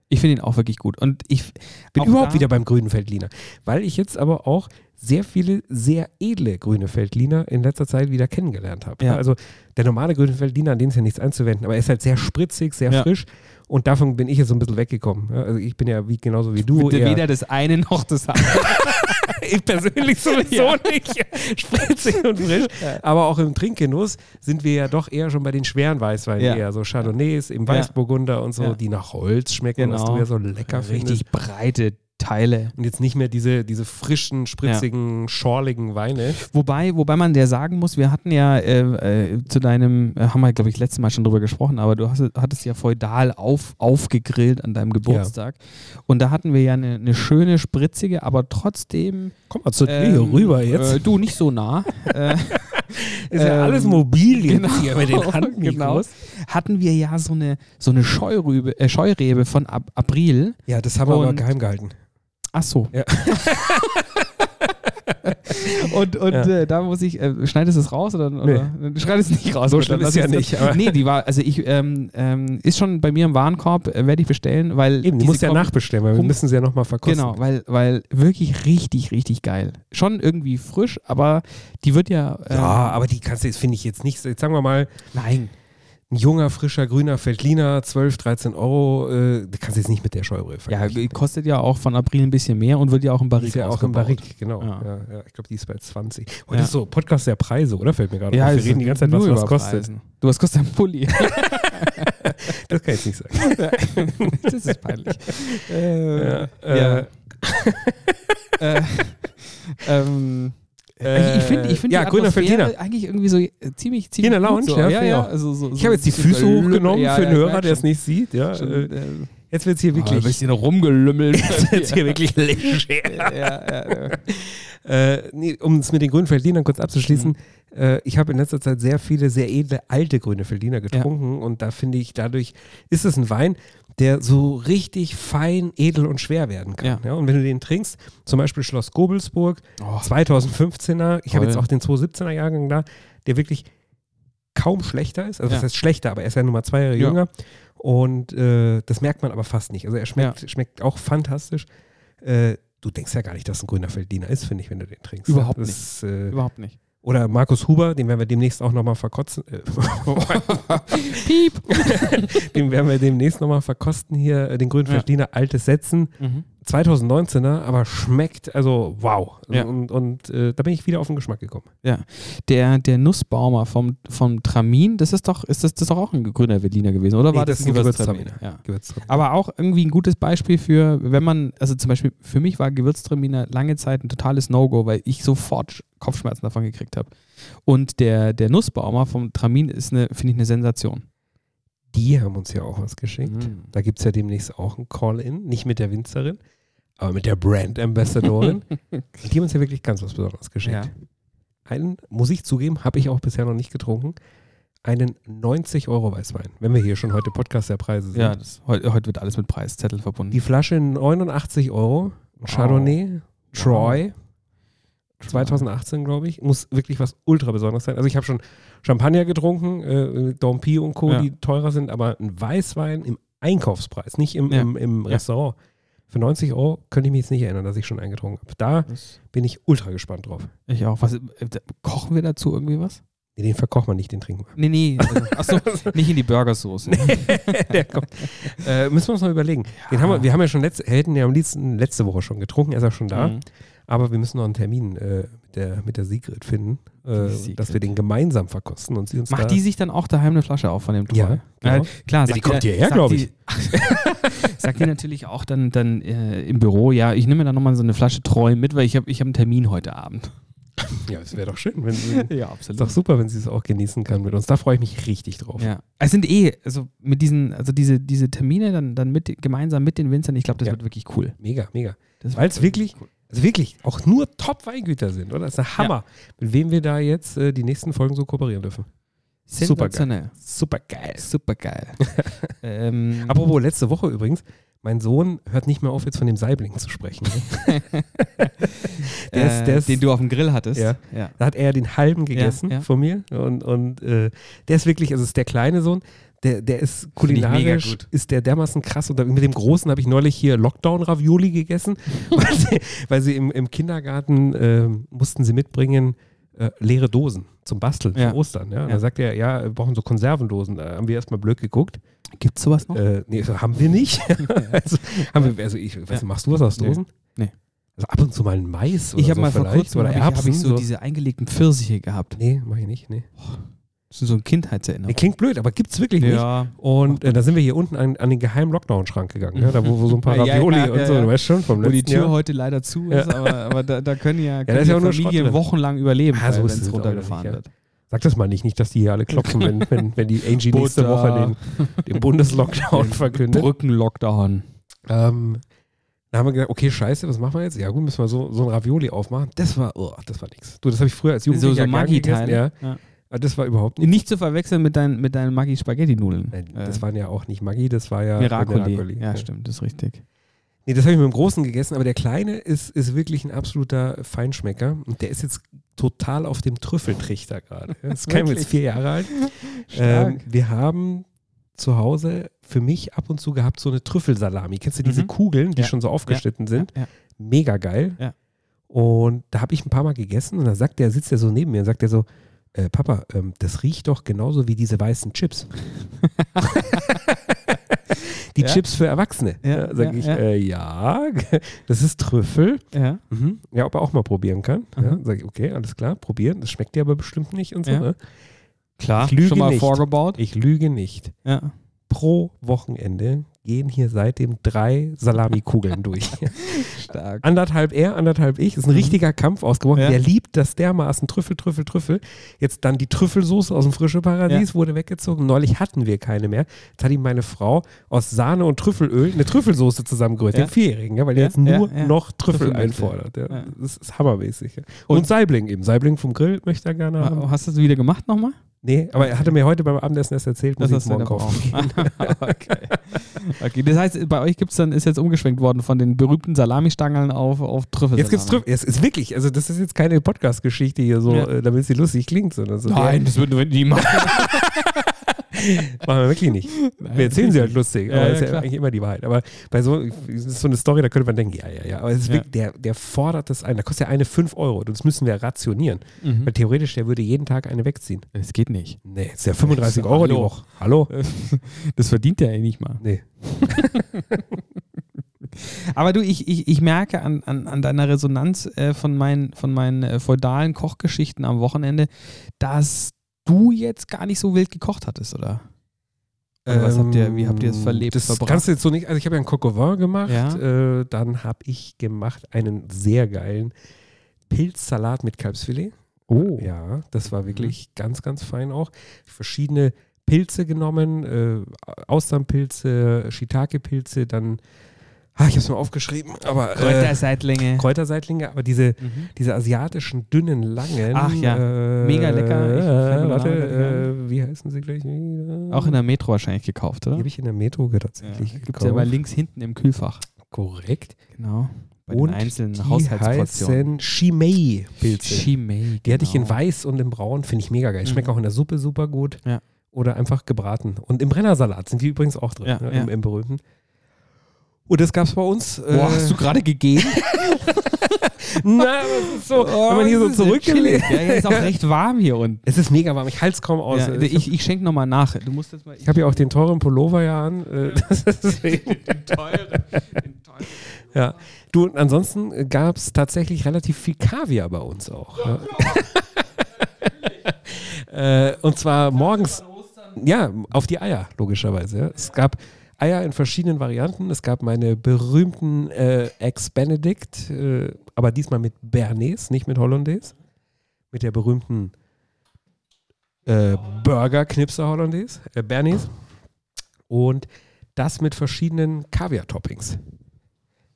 S1: Ich finde ihn auch wirklich gut. Und ich
S2: Bin
S1: auch
S2: überhaupt
S1: da-
S2: wieder beim grünen Feldliner. Weil ich jetzt aber auch sehr viele sehr edle grüne Feldliner in letzter Zeit wieder kennengelernt habe.
S1: Ja.
S2: Also der normale grüne Feldliner, an dem ist ja nichts einzuwenden, aber er ist halt sehr spritzig, sehr
S1: Ja.
S2: frisch und davon bin ich jetzt so ein bisschen weggekommen. Ja, Also ich bin ja wie, genauso wie du.
S1: Bitte
S2: eher-
S1: weder das eine noch das andere.
S2: (laughs) ich persönlich sowieso
S1: Ja.
S2: nicht spritzig und frisch. Aber auch im Trinkgenuss sind wir ja doch eher schon bei den schweren Weißweinen,
S1: Ja.
S2: eher so Chardonnays, im Weißburgunder und so,
S1: Ja.
S2: die nach Holz schmecken, was
S1: Genau.
S2: du ja so lecker findest.
S1: Richtig breite Teile.
S2: Und jetzt nicht mehr diese, diese frischen, spritzigen, schorligen Weine.
S1: Wobei, wobei man der sagen muss, wir hatten ja äh, äh, zu deinem, äh, haben wir, glaube ich, letztes Mal schon drüber gesprochen, aber du hast, hattest ja feudal auf, aufgegrillt an deinem Geburtstag. Und da hatten wir ja eine, eine schöne, spritzige, aber trotzdem.
S2: Komm mal zu
S1: ähm, Äh, du, nicht so nah. äh,
S2: ist
S1: ähm,
S2: ja alles mobil jetzt
S1: genau,
S2: hier bei den Handmikros.
S1: Hatten wir ja so eine, so eine Scheurübe, äh, Scheurebe von Ab April.
S2: Ja, das haben
S1: wir aber geheim
S2: gehalten.
S1: Ach so.
S2: Ja.
S1: (laughs) und und
S2: Ja.
S1: äh, da muss ich, äh, schneidest du es raus oder, oder schneidest es nicht raus?
S2: So
S1: oder
S2: schlimm
S1: lass
S2: ist ja
S1: es dann-
S2: nicht, aber-
S1: nee, die war, also ich, ähm, ähm, ist schon bei mir im Warenkorb, äh, werde ich bestellen, weil.
S2: Eben, die
S1: diese
S2: musst du ja
S1: Kom-
S2: nachbestellen, weil wir
S1: Kom-
S2: müssen sie ja nochmal verkosten.
S1: Genau, weil, weil wirklich richtig, richtig geil. Schon irgendwie frisch, aber die wird ja. äh,
S2: Ja, aber die kannst du jetzt, finde ich jetzt nicht, jetzt sagen wir mal,
S1: Nein.
S2: ein junger, frischer, grüner Feldliner, 12, 13 Euro, äh, da kannst du jetzt nicht mit der Scheubrille
S1: Ja,
S2: vergleichen.
S1: kostet ja auch von April ein bisschen mehr und wird ja auch im
S2: Die
S1: Barrik
S2: ist ja auch im
S1: ausgebaut.
S2: Barrik, genau.
S1: Ja.
S2: Ja. Ja, ich glaube, die ist bei 20. Und
S1: Ja.
S2: das ist so Podcast der Preise, oder? Fällt mir gerade
S1: Ja,
S2: auf. Wir
S1: es
S2: reden die ganze Zeit, was
S1: nur
S2: was
S1: über
S2: kostet.
S1: Preisen. Du, was kostet ein Pulli? (laughs)
S2: Das kann ich nicht sagen.
S1: das ist
S2: (laughs)
S1: peinlich. Äh,
S2: Ja, äh,
S1: (laughs) äh, ähm, äh, ich finde ich find
S2: ja,
S1: die
S2: grüner
S1: Atmosphäre
S2: Feldliner.
S1: eigentlich irgendwie so äh, ziemlich, ziemlich
S2: Hier in der Lounge,
S1: gut so. ja,
S2: ja, finde ich
S1: ja.
S2: auch.
S1: Also so, so
S2: Ich habe jetzt die
S1: super
S2: Füße
S1: lü-
S2: hochgenommen
S1: ja,
S2: für
S1: ja,
S2: den
S1: ich
S2: Hörer,
S1: merk
S2: der es
S1: schon.
S2: nicht sieht. Ja,
S1: Schon,
S2: äh,
S1: äh,
S2: jetzt wird es hier
S1: oh, ein
S2: wirklich.
S1: bisschen rumgelümmelt.
S2: jetzt hier wirklich leger.
S1: (laughs) ja, ja, ja.
S2: (laughs) Äh, nee, um es mit den grünen Feldlinern kurz abzuschließen,
S1: Mhm.
S2: äh, ich habe in letzter Zeit sehr viele sehr edle alte grüne Feldliner getrunken und da finde ich, dadurch ist es ein Wein, der so richtig fein, edel und schwer werden kann.
S1: Ja.
S2: Ja. und wenn du den trinkst, zum Beispiel Schloss Gobelsburg,
S1: (laughs) Oh,
S2: 2015er, ich habe
S1: Toll.
S2: jetzt auch den 2017er Jahrgang da, der wirklich kaum schlechter ist. Also,
S1: Ja.
S2: das heißt schlechter, aber er ist ja nur mal zwei Jahre
S1: Ja.
S2: jünger. Und äh, das merkt man aber fast nicht. Also, er schmeckt, schmeckt auch fantastisch. Äh, du denkst ja gar nicht, dass ein grüner Feldiner ist, finde ich, wenn du den trinkst.
S1: Überhaupt
S2: das
S1: nicht.
S2: Ist, äh,
S1: überhaupt nicht.
S2: oder Markus Huber, den werden wir demnächst auch nochmal verkotzen. Äh, (laughs)
S1: Piep.
S2: den werden wir demnächst nochmal verkosten hier, äh, den grünen
S1: Ja.
S2: Feldiner, altes Setzen.
S1: Mhm.
S2: 2019er, aber schmeckt, also wow.
S1: Ja.
S2: Und, und äh, da bin ich wieder auf den Geschmack gekommen.
S1: Der, der Nussbaumer vom, vom Tramin, das ist doch, ist das, das ist doch auch ein grüner Berliner gewesen, oder
S2: Nee,
S1: war
S2: das
S1: das,
S2: ist ein
S1: Gewürztraminer?
S2: Gewürztraminer.
S1: Ja.
S2: Gewürztraminer.
S1: Aber auch irgendwie ein gutes Beispiel für, wenn man, also zum Beispiel für mich war Gewürztraminer lange Zeit ein totales No-Go, weil ich sofort Sch- Kopfschmerzen davon gekriegt habe. Und der, der Nussbaumer vom Tramin ist eine, finde ich, eine Sensation.
S2: die haben uns ja auch was geschickt.
S1: Mhm.
S2: Da gibt es ja demnächst auch ein Call-In, nicht mit der Winzerin, aber mit der
S1: (laughs)
S2: Brand-Ambassadorin. Und die haben uns ja wirklich ganz was Besonderes geschickt.
S1: Ja.
S2: Einen, muss ich zugeben, habe ich auch bisher noch nicht getrunken, einen 90-Euro-Weißwein, wenn wir hier schon heute Podcast der Preise sind.
S1: Ja, das, heute, heute wird alles mit Preiszettel verbunden.
S2: Die Flasche 89 Euro, ein Chardonnay, Troy, 2018, glaube ich. Muss wirklich was ultra Besonderes sein. Also ich habe schon Champagner getrunken, äh, Dompi und Co.,
S1: Ja.
S2: die teurer sind, aber ein Weißwein im Einkaufspreis, nicht im,
S1: Ja.
S2: im, im
S1: Ja.
S2: Restaurant. Für 90 Euro könnte ich mich jetzt nicht erinnern, dass ich schon eingetrunken habe. Da bin ich ultra gespannt drauf.
S1: Ich auch. Was, äh, da- kochen wir dazu irgendwie was?
S2: Nee, den verkocht man nicht, den trinken wir.
S1: Nee, nee. Also, (laughs) achso, nicht in die Burgersoße. (laughs)
S2: Der kommt. äh, müssen wir uns mal überlegen. Den haben wir, wir haben ja schon letzte, hätten ja am liebsten letzte Woche schon getrunken, er ist ja schon da.
S1: Mhm.
S2: Aber wir müssen noch einen Termin äh, mit, der, mit der Sigrid finden, äh,
S1: Sigrid.
S2: dass wir den gemeinsam verkosten und sie uns da
S1: Macht die sich dann auch daheim eine Flasche auf von dem Tor?
S2: Ja, genau.
S1: klar.
S2: die
S1: sagt
S2: kommt
S1: ihr-
S2: hierher,
S1: sagt
S2: glaub
S1: die- (laughs) sagt die natürlich auch dann, dann äh, im Büro, ja, ich nehme mir dann nochmal so eine Flasche treu mit, weil ich habe ich hab einen Termin heute Abend.
S2: Ja, es wäre doch schön, wenn sie.
S1: Ja,
S2: Ist doch
S1: absolut.
S2: super, wenn sie es auch genießen kann mit uns. Da freue ich mich richtig drauf.
S1: Ja. Es sind eh, also mit diesen, also diese, diese Termine dann, dann mit, gemeinsam mit den Winzern, ich glaube, das
S2: Ja.
S1: wird wirklich cool.
S2: Mega, mega.
S1: Das
S2: Weil es
S1: wird
S2: wirklich, also wirklich auch nur Top-Weingüter sind, oder? Das ist ein Hammer, mit wem wir da jetzt äh, die nächsten Folgen so kooperieren dürfen. supergeil.
S1: sensationell.
S2: Super geil.
S1: Super
S2: (laughs)
S1: geil. ähm,
S2: Apropos letzte Woche übrigens, mein Sohn hört nicht mehr auf, jetzt von dem Saibling zu sprechen. der ist- der ist-
S1: äh, den du auf dem Grill hattest.
S2: Ja.
S1: ja.
S2: Da hat er den halben gegessen
S1: Ja, ja.
S2: von mir. Und, und äh, der ist wirklich, also es ist der kleine Sohn, der, der ist kulinarisch,
S1: gut.
S2: ist der dermaßen krass. Und da- mit dem Großen habe ich neulich hier
S1: (laughs)
S2: Lockdown-Ravioli gegessen, weil sie, weil sie im, im Kindergarten ähm, mussten sie mitbringen äh, leere Dosen zum Basteln
S1: Ja.
S2: für Ostern. Ja? Und
S1: Ja.
S2: Da sagt er, ja, wir brauchen so Konservendosen. Da haben wir erstmal blöd geguckt.
S1: Gibt es sowas noch?
S2: Äh, nee, so haben
S1: (laughs)
S2: wir nicht. (laughs) also, haben wir, also ich, weiß nicht, machst du was aus
S1: Nee.
S2: Dosen?
S1: Nee.
S2: Also ab und zu mal einen Mais oder
S1: ich habe
S2: so
S1: mal vor
S2: vielleicht.
S1: kurzem
S2: oder
S1: hab ich,
S2: Erbsen.
S1: hab ich so,
S2: so.
S1: diese eingelegten Pfirsiche gehabt.
S2: nee, mach ich nicht. Nee.
S1: Das ist so eine Kindheitserinnerung.
S2: Nee, Äh, Klingt blöd, aber gibt's wirklich nicht. Und äh, da sind wir hier unten an, an den geheimen Lockdown-Schrank gegangen, ja? da wo, wo so ein
S1: (laughs)
S2: paar
S1: Ja, ja,
S2: Ravioli
S1: ja,
S2: und so,
S1: ja.
S2: du weißt schon, vom
S1: wo die
S2: letzten
S1: Tür
S2: Jahr.
S1: heute leider zu ist, aber, aber da, da können ja,
S2: da
S1: können
S2: ist ja
S1: ja
S2: auch nur Schrott
S1: Familien
S2: drin.
S1: wochenlang überleben,
S2: Ah, so
S1: wenn
S2: ist es
S1: es
S2: auch wieder
S1: runtergefahren
S2: nicht, ja.
S1: wird.
S2: Sag das mal nicht, nicht, dass die hier alle klopfen, wenn, wenn, wenn die Angie nächste
S1: Butter.
S2: Woche den,
S1: (laughs)
S2: den Bundeslockdown verkündet.
S1: Brückenlockdown.
S2: Ähm, da haben wir gesagt, okay, scheiße, was machen wir jetzt? Ja gut, müssen wir so, so ein Ravioli aufmachen. Das war, oh, das war nix. Du, das habe ich früher als Jugendlicher
S1: Also So, so
S2: gern gegessen, ja.
S1: Maggi-Teile.
S2: Aber Das war überhaupt
S1: Ja.
S2: nicht.
S1: Nicht zu verwechseln mit, dein, mit deinen Maggi-Spaghetti-Nudeln. Äh,
S2: Nein, das waren ja auch nicht Maggi, das war ja
S1: Miracoli.
S2: Miracoli.
S1: Ja, stimmt, das ist richtig.
S2: Nee, das habe ich mit dem Großen gegessen, aber der Kleine ist, ist wirklich ein absoluter Feinschmecker und der ist jetzt total auf dem Trüffeltrichter gerade. Das ist kein
S1: Wirklich?
S2: jetzt vier Jahre alt. Ähm,
S1: Stark.
S2: wir haben zu Hause für mich ab und zu gehabt so eine Trüffelsalami. Kennst du diese
S1: Mhm.
S2: Kugeln, die
S1: Ja.
S2: schon so aufgeschnitten sind?
S1: Ja, ja.
S2: Mega geil.
S1: Ja.
S2: Und da habe ich ein paar Mal gegessen und da sagt der, sitzt der so neben mir und sagt der so, äh, Papa, ähm, das riecht doch genauso wie diese
S1: (laughs)
S2: weißen Chips. Die
S1: Ja.
S2: Chips für Erwachsene.
S1: Ja,
S2: Ja, sag
S1: ja,
S2: ich,
S1: ja.
S2: Äh, ja, (laughs) das ist Trüffel.
S1: Ja.
S2: Mhm. Ja, ob er auch mal probieren kann. Ja,
S1: Mhm.
S2: sag ich, okay, alles klar, probieren. Das schmeckt dir aber bestimmt nicht und so.
S1: Ja.
S2: Ne?
S1: Klar,
S2: Ich lüge
S1: schon mal
S2: nicht.
S1: vorgebaut.
S2: Ich lüge nicht.
S1: Ja.
S2: Pro Wochenende gehen hier seitdem drei
S1: (laughs)
S2: Salamikugeln durch.
S1: Stark.
S2: Anderthalb er, anderthalb ich. Ist ein richtiger Kampf ausgebrochen.
S1: Mhm. Ja.
S2: Der liebt das dermaßen. Trüffel, Trüffel, Trüffel. Jetzt dann die Trüffelsoße aus dem frische Paradies wurde weggezogen. Neulich hatten wir keine mehr. Jetzt hat ihm meine Frau aus Sahne und Trüffelöl eine Trüffelsoße zusammengerührt.
S1: Ja.
S2: Den Vierjährigen, ja, weil er
S1: Ja,
S2: jetzt nur
S1: ja, ja.
S2: noch
S1: Trüffel
S2: Trüffel,
S1: möchte.
S2: einfordert. Ja.
S1: Ja.
S2: Das ist hammermäßig. Ja. Und,
S1: Und- Oh.
S2: Saibling eben. Saibling vom Grill möchte er gerne haben.
S1: Hast du das wieder gemacht nochmal?
S2: Nee, aber er hatte mir heute beim Abendessen erst erzählt, muss ich
S1: hast du
S2: morgen
S1: dann
S2: kaufen.
S1: (laughs) auch. okay. okay. Das heißt, bei euch gibt's dann, ist jetzt umgeschwenkt worden von den berühmten Salamistangeln auf, auf Trüffel.
S2: Jetzt gibt's Trüffel. Es ist wirklich, also das ist jetzt keine Podcast-Geschichte hier so,
S1: Ja.
S2: äh, damit sie lustig klingt, sondern so.
S1: Nein, das würden wir nie (laughs) machen.
S2: Machen wir wirklich nicht. (laughs) Wir erzählen sie halt lustig,
S1: Ja,
S2: aber
S1: ja,
S2: das ist ja
S1: klar.
S2: eigentlich immer die Wahrheit. Aber bei so, das ist so eine Story, da könnte man denken, ja, ja, ja. Aber es ist
S1: Ja.
S2: wirklich, der, der fordert das ein. Da kostet ja eine 5 Euro. Das müssen wir rationieren.
S1: Mhm.
S2: Weil theoretisch, der würde jeden Tag eine wegziehen.
S1: Das geht nicht.
S2: Nee, das ist ja 35 Euro
S1: (laughs)
S2: die
S1: Hallo.
S2: Woche. Hallo?
S1: Das verdient der eh nicht mal.
S2: Nee.
S1: (laughs) Aber du, ich, ich, ich merke an, an, an deiner Resonanz äh, von meinen, von meinen äh, feudalen Kochgeschichten am Wochenende, dass du jetzt gar nicht so wild gekocht hattest, oder? Oder was habt ihr- wie habt ihr es
S2: Ähm,
S1: verlebt,
S2: Das
S1: verbracht?
S2: kannst du jetzt so nicht. Also ich habe ja einen Coq au vin gemacht.
S1: Ja.
S2: Äh, dann habe ich gemacht einen sehr geilen Pilzsalat mit Kalbsfilet.
S1: Oh.
S2: Ja, das war wirklich ganz, ganz fein auch. Verschiedene Pilze genommen, äh, Austernpilze, Shiitake-Pilze, dann, ah, ich habe es mal aufgeschrieben, aber äh,
S1: Kräuterseitlinge.
S2: Kräuterseitlinge, aber diese,
S1: Mhm.
S2: diese asiatischen, dünnen, langen.
S1: Ach ja,
S2: äh,
S1: mega lecker. Ich- fällt
S2: Äh,
S1: mir
S2: warte,
S1: der Name gar
S2: äh, wie heißen sie gleich wieder?
S1: Auch in der Metro wahrscheinlich gekauft,
S2: Die
S1: oder?
S2: habe ich in der Metro tatsächlich
S1: Ja, Gibt es ja bei
S2: gekauft.
S1: links hinten im Kühlfach.
S2: Korrekt.
S1: Genau. Bei
S2: Und
S1: den einzelnen
S2: Die
S1: Haushaltsportionen.
S2: heißen Shimei-Pilze.
S1: Chimay.
S2: Die hätte ich in
S1: genau.
S2: weiß und in braun, finde ich mega geil. Schmeckt
S1: Mhm.
S2: auch in der Suppe super gut.
S1: Ja.
S2: Oder einfach gebraten. Und im Brennersalat sind die übrigens auch drin,
S1: Ja,
S2: ne,
S1: ja.
S2: Im, im berühmten. Und das gab es bei uns. Äh,
S1: Boah,
S2: (laughs)
S1: hast du gerade (laughs) gegeben?
S2: na, das ist so, wenn man hier so
S1: Oh, das ist ja
S2: zurückgelegt.
S1: chillig. Ja, ja, ist auch recht warm hier unten.
S2: Es ist mega warm, ich halte es kaum aus.
S1: Ja,
S2: ich
S1: ich ich schenke nochmal nach. Du musst jetzt mal. (laughs)
S2: ich habe ja auch den teuren Pullover ja an. Äh, (laughs) das ist deswegen.
S1: teure. Den teuren.
S2: Ja. Du, und ansonsten gab es tatsächlich relativ viel Kaviar bei uns auch. Ja, (laughs) äh, und zwar morgens, ja, auf die Eier, logischerweise. Ja. Es gab Eier in verschiedenen Varianten. Es gab meine berühmten äh, Ex-Benedict, äh, aber diesmal mit Bernays, nicht mit Hollandaise. Mit der berühmten äh, Burger-Knipser-Hollandaise, äh, Bernays. Und das mit verschiedenen Kaviar-Toppings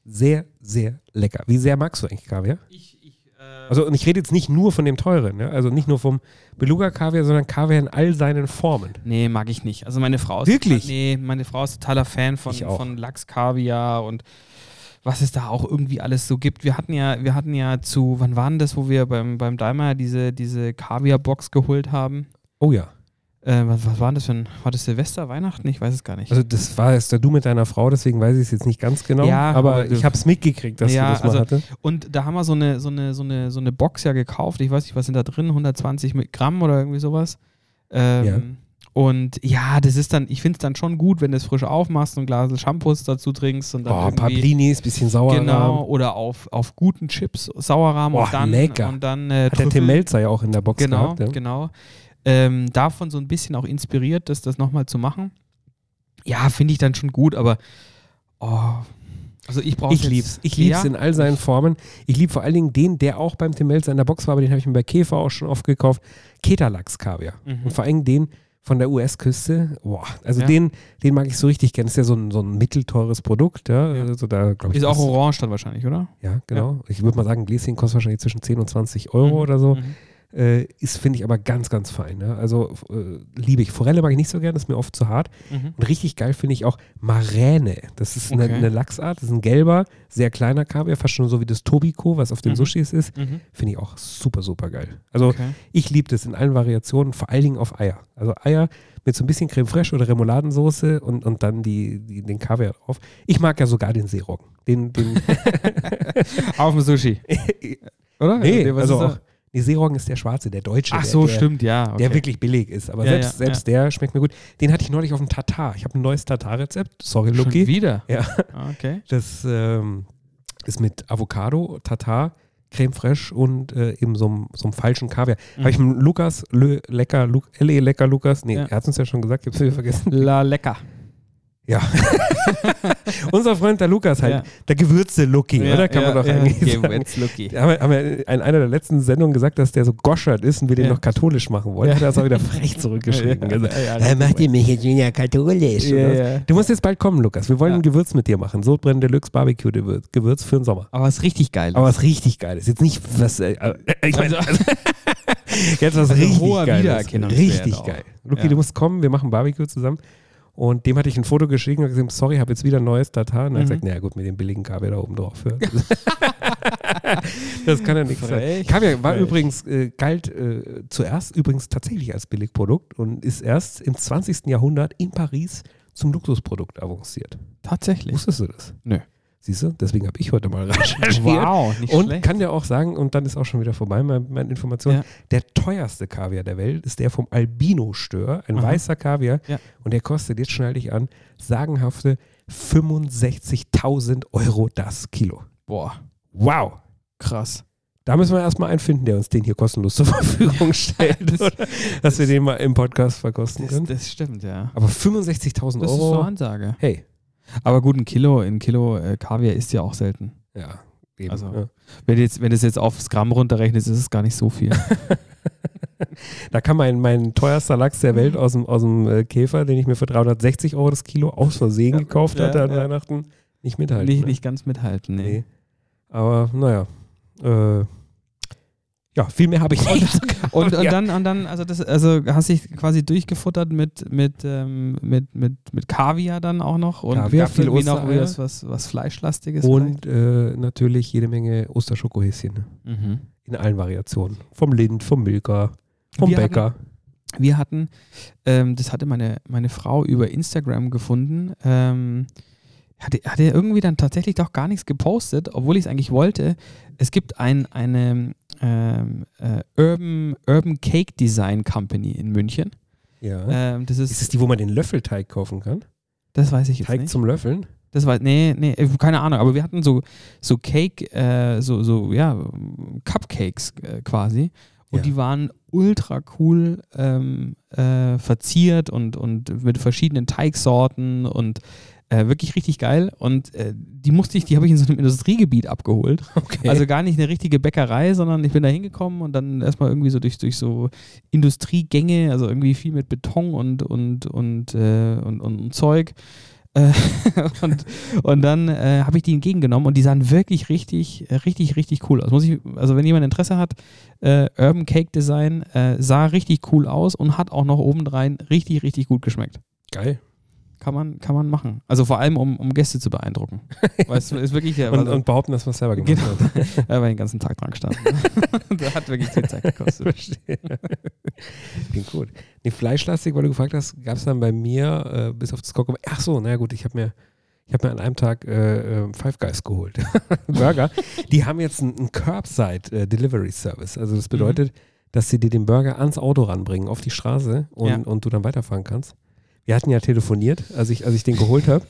S2: sehr, sehr lecker. Wie sehr magst du eigentlich Kaviar?
S1: Ich, ich, äh,
S2: Also, und ich rede jetzt nicht nur von dem teuren, ja? also nicht nur vom Beluga-Kaviar, sondern Kaviar in all seinen Formen.
S1: nee, mag ich nicht. Also meine Frau ist
S2: Wirklich?
S1: Nee, meine Frau ist totaler Fan von,
S2: Ich auch.
S1: von Lachs Kaviar und was es da auch irgendwie alles so gibt. Wir hatten ja, wir hatten ja zu, wann waren das, wo wir beim, beim Daimler diese, diese Kaviar-Box geholt haben?
S2: Oh ja.
S1: Äh, was, was war das für ein, war das Silvester, Weihnachten? Ich weiß es gar nicht.
S2: Also, das war jetzt du mit deiner Frau, deswegen weiß ich es jetzt nicht ganz genau.
S1: Ja,
S2: aber
S1: aber du-
S2: ich habe es mitgekriegt, dass
S1: Ja,
S2: du das mal
S1: also-
S2: hatte.
S1: Und da haben wir so eine, so eine, so eine, so eine Box ja gekauft. Ich weiß nicht, was sind da drin? 120 Mi- Gramm oder irgendwie sowas. Ähm,
S2: Ja.
S1: Und ja, das ist dann, ich finde es dann schon gut, wenn du es frisch aufmachst und ein Glas Shampoos dazu trinkst und dann
S2: Oh, ein paar
S1: irgendwie,
S2: Blinis, bisschen sauer.
S1: genau oder auf, auf guten Chips Sauerrahm
S2: Boah,
S1: und dann
S2: lecker.
S1: und dann äh,
S2: Hat der
S1: Trüffel.
S2: Tim Melzer ja auch in der Box
S1: genau,
S2: gehabt. ne? Ja?
S1: genau. Ähm, davon so ein bisschen auch inspiriert, das das nochmal zu machen. Ja, finde ich dann schon gut, aber oh, also ich brauche
S2: Ich lieb's. Ich lieb's in all seinen Formen. Ich lieb vor allen Dingen den, der auch beim Tim Melzer in der Box war, aber den habe ich mir bei Käfer auch schon oft gekauft. Keterlachs-Kaviar.
S1: Mhm.
S2: Und vor allen Dingen den von der US-Küste. Boah, also
S1: Ja.
S2: den, den mag ich so richtig gern. Ist ja so ein, so ein mittelteures Produkt. Ja? Also da, glaub ich,
S1: Ist auch
S2: kostet-
S1: orange dann wahrscheinlich, oder?
S2: Ja, genau. Ich würde mal sagen, ein Gläschen kostet wahrscheinlich zwischen 10 und 20 Euro oder so.
S1: Mhm.
S2: Äh, ist, finde ich, aber ganz, ganz fein. Ne? Also f- äh, liebe ich. Forelle mag ich nicht so gern, ist mir oft zu hart.
S1: Mhm.
S2: Und richtig geil finde ich auch Maräne. Das ist eine,
S1: Okay.
S2: eine Lachsart, das ist ein gelber, sehr kleiner Kaviar, fast schon so wie das Tobiko, was auf den
S1: Mhm.
S2: Sushis ist.
S1: Mhm.
S2: Finde ich auch super, super geil. Also
S1: Okay.
S2: ich liebe das in allen Variationen, vor allen Dingen auf Eier. Also Eier mit so ein bisschen Creme Fraiche oder Remouladensoße und, und dann die, die, den Kaviar drauf. Ich mag ja sogar
S1: (laughs)
S2: den Seeroggen. Den, den (laughs)
S1: Auf dem Sushi. Oder?
S2: nee,
S1: was
S2: also
S1: ist
S2: auch,
S1: da?
S2: Nee, Seeroggen ist der schwarze, der deutsche.
S1: Ach
S2: der,
S1: so,
S2: der,
S1: stimmt, ja. Okay.
S2: Der wirklich billig ist. Aber
S1: Ja,
S2: selbst,
S1: ja,
S2: selbst der schmeckt mir gut. Den hatte ich neulich auf dem Tatar. Ich habe ein neues Tatar-Rezept. Sorry,
S1: Schon
S2: Lucky.
S1: wieder. Ah,
S2: Ja.
S1: Okay.
S2: Das ähm, ist mit Avocado, Tatar, Creme fraiche und äh, eben so einem so einem falschen Kaviar.
S1: Mhm.
S2: Habe ich mit Lukas, Lö, Lecker, Lu, L.E. Lecker Lukas, nee,
S1: Ja.
S2: er hat uns ja schon gesagt, ich hab's
S1: (laughs)
S2: wieder vergessen.
S1: La lecker.
S2: Unser Freund der Lukas halt,
S1: Ja.
S2: der gewürzte Lucky, oder? Kann man doch eigentlich sagen.
S1: Lucky.
S2: Da (laughs) Haben wir, haben wir in einer der letzten Sendungen gesagt, dass der so goschert ist und wir den
S1: Ja.
S2: noch katholisch machen wollen.
S1: Ja.
S2: Hat er das auch wieder frech zurückgeschrieben.
S1: (laughs) Ja, ja,
S2: gesagt.
S1: ja,
S2: "Äh, macht ihr mich jetzt wieder katholisch?
S1: Ja,
S2: oder?
S1: ja.
S2: Du musst jetzt bald kommen, Lukas. Wir wollen
S1: Ja.
S2: ein Gewürz mit dir machen. Sodbrennen Deluxe Barbecue Gewürz Gewürz für den Sommer.
S1: Aber was richtig geil
S2: Aber was richtig geil ist. Jetzt nicht was. Äh, äh, ich meine,
S1: Also-
S2: jetzt was
S1: Also
S2: richtig
S1: hoher
S2: geil.
S1: Wiedererkennungswert
S2: Richtig
S1: auch.
S2: geil. Luki,
S1: Ja.
S2: du musst kommen, wir machen Barbecue zusammen. Und dem hatte ich ein Foto geschickt und hab gesagt, sorry, habe jetzt wieder ein neues Tatar. Und er hat
S1: Mhm.
S2: gesagt, naja gut, mit dem billigen Kaviar da oben drauf. Ja. (laughs) das kann ja nichts sein.
S1: Frech,
S2: Kaviar war
S1: frech.
S2: übrigens, äh, galt äh, zuerst übrigens tatsächlich als Billigprodukt und ist erst im 20. Jahrhundert in Paris zum Luxusprodukt avanciert.
S1: Tatsächlich.
S2: Wusstest du das?
S1: Nö.
S2: Siehst du, deswegen habe ich heute mal (laughs) recherchiert.
S1: Wow, nicht
S2: Und
S1: schlecht.
S2: kann dir auch sagen, und dann ist auch schon wieder vorbei, mein, meine Information,
S1: Ja.
S2: der teuerste Kaviar der Welt ist der vom Albino-Stör, ein
S1: Aha.
S2: weißer Kaviar.
S1: Ja.
S2: Und der kostet, jetzt schneide ich an, sagenhafte 65.000 Euro das Kilo.
S1: Boah,
S2: Wow!
S1: krass.
S2: Da müssen wir erstmal einen finden, der uns den hier kostenlos zur Verfügung stellt,
S1: (laughs) das-
S2: oder? dass wir den mal im Podcast verkosten
S1: Das,
S2: können.
S1: das stimmt, ja.
S2: Aber 65.000
S1: Das ist so
S2: Euro,
S1: Ansage.
S2: hey.
S1: Aber gut, ein Kilo, ein Kilo äh, Kaviar ist ja auch selten.
S2: Ja, eben.
S1: Also-
S2: ja.
S1: Wenn, jetzt, wenn das jetzt aufs Gramm runterrechnet, ist es gar nicht so viel.
S2: Da kann mein, mein teuerster Lachs der
S1: Mhm.
S2: Welt aus dem, aus dem äh, Käfer, den ich mir für 360 Euro das Kilo aus Versehen gekauft
S1: ja,
S2: hatte an
S1: ja.
S2: Weihnachten, nicht mithalten.
S1: (laughs) nicht,
S2: ne?
S1: nicht ganz mithalten, nee.
S2: Nee. Aber naja. Äh, ja, viel mehr
S1: Oh,
S2: habe ich nicht. zu sagen.
S1: (laughs) Und, und
S2: Ja.
S1: dann, und dann, also das, also hast dich quasi durchgefuttert mit, mit, ähm, mit, mit, mit Kaviar dann auch noch und
S2: Kaviar,
S1: gab irgendwie
S2: viel
S1: noch
S2: Ostereier.
S1: was, was, was Fleischlastiges.
S2: Und äh, natürlich jede Menge Osterschokohäschen. ne?
S1: vielleicht? mhm.
S2: In allen Variationen. Vom Lind, vom Milka, vom
S1: Wir
S2: Bäcker.
S1: Wir hatten, ähm, das hatte meine, meine Frau über Instagram gefunden, ähm, hatte, hatte irgendwie dann tatsächlich doch gar nichts gepostet, obwohl ich es eigentlich wollte. Es gibt ein, eine ähm, äh, Urban, Urban Cake Design Company in München.
S2: Ja.
S1: Ähm, das
S2: ist
S1: ist,
S2: es die, wo man den Löffelteig kaufen kann?
S1: das weiß ich jetzt
S2: Teig
S1: nicht.
S2: zum Löffeln?
S1: Das war, nee, nee, äh, keine Ahnung, aber wir hatten so, so Cake, äh, so, so, ja, Cupcakes äh, quasi. Und
S2: Ja.
S1: die waren ultra cool ähm, äh, verziert und, und mit verschiedenen Teigsorten und äh, wirklich richtig geil. Und äh, die musste ich, die habe ich in so einem Industriegebiet abgeholt.
S2: Okay.
S1: Also gar nicht eine richtige Bäckerei, sondern ich bin da hingekommen und dann erstmal irgendwie so durch, durch so Industriegänge, also irgendwie viel mit Beton und, und, und, äh, und, und, und Zeug. Äh, (laughs) und, und dann äh, habe ich die entgegengenommen und die sahen wirklich richtig, äh, richtig, richtig cool aus. Muss ich, also wenn jemand Interesse hat, äh, Urban Cake Design äh, sah richtig cool aus und hat auch noch obendrein richtig, richtig gut geschmeckt.
S2: geil.
S1: Kann man, kann man machen. Also vor allem, um, um Gäste zu
S2: (laughs)
S1: beeindrucken. Weißt du, ist wirklich also der,
S2: Und, und behaupten, dass man es selber gemacht
S1: Genau.
S2: hat.
S1: er war den ganzen Tag dran gestanden. (laughs) Der hat wirklich viel Zeit gekostet.
S2: (laughs) Verstehe. (laughs) Klingt gut. Nee, Fleischlastig, weil du gefragt hast, gab es dann bei mir, äh, bis auf das Kokob. Ach so, naja gut, ich habe mir, ich hab mir an einem Tag äh, äh, Five Guys geholt. (laughs) Burger. Die haben jetzt einen, einen Curbside äh, Delivery Service. Also das bedeutet, dass sie dir den Burger ans Auto ranbringen, auf die Straße und,
S1: Ja.
S2: und du dann weiterfahren kannst. Wir hatten ja telefoniert, als ich, als ich den geholt habe.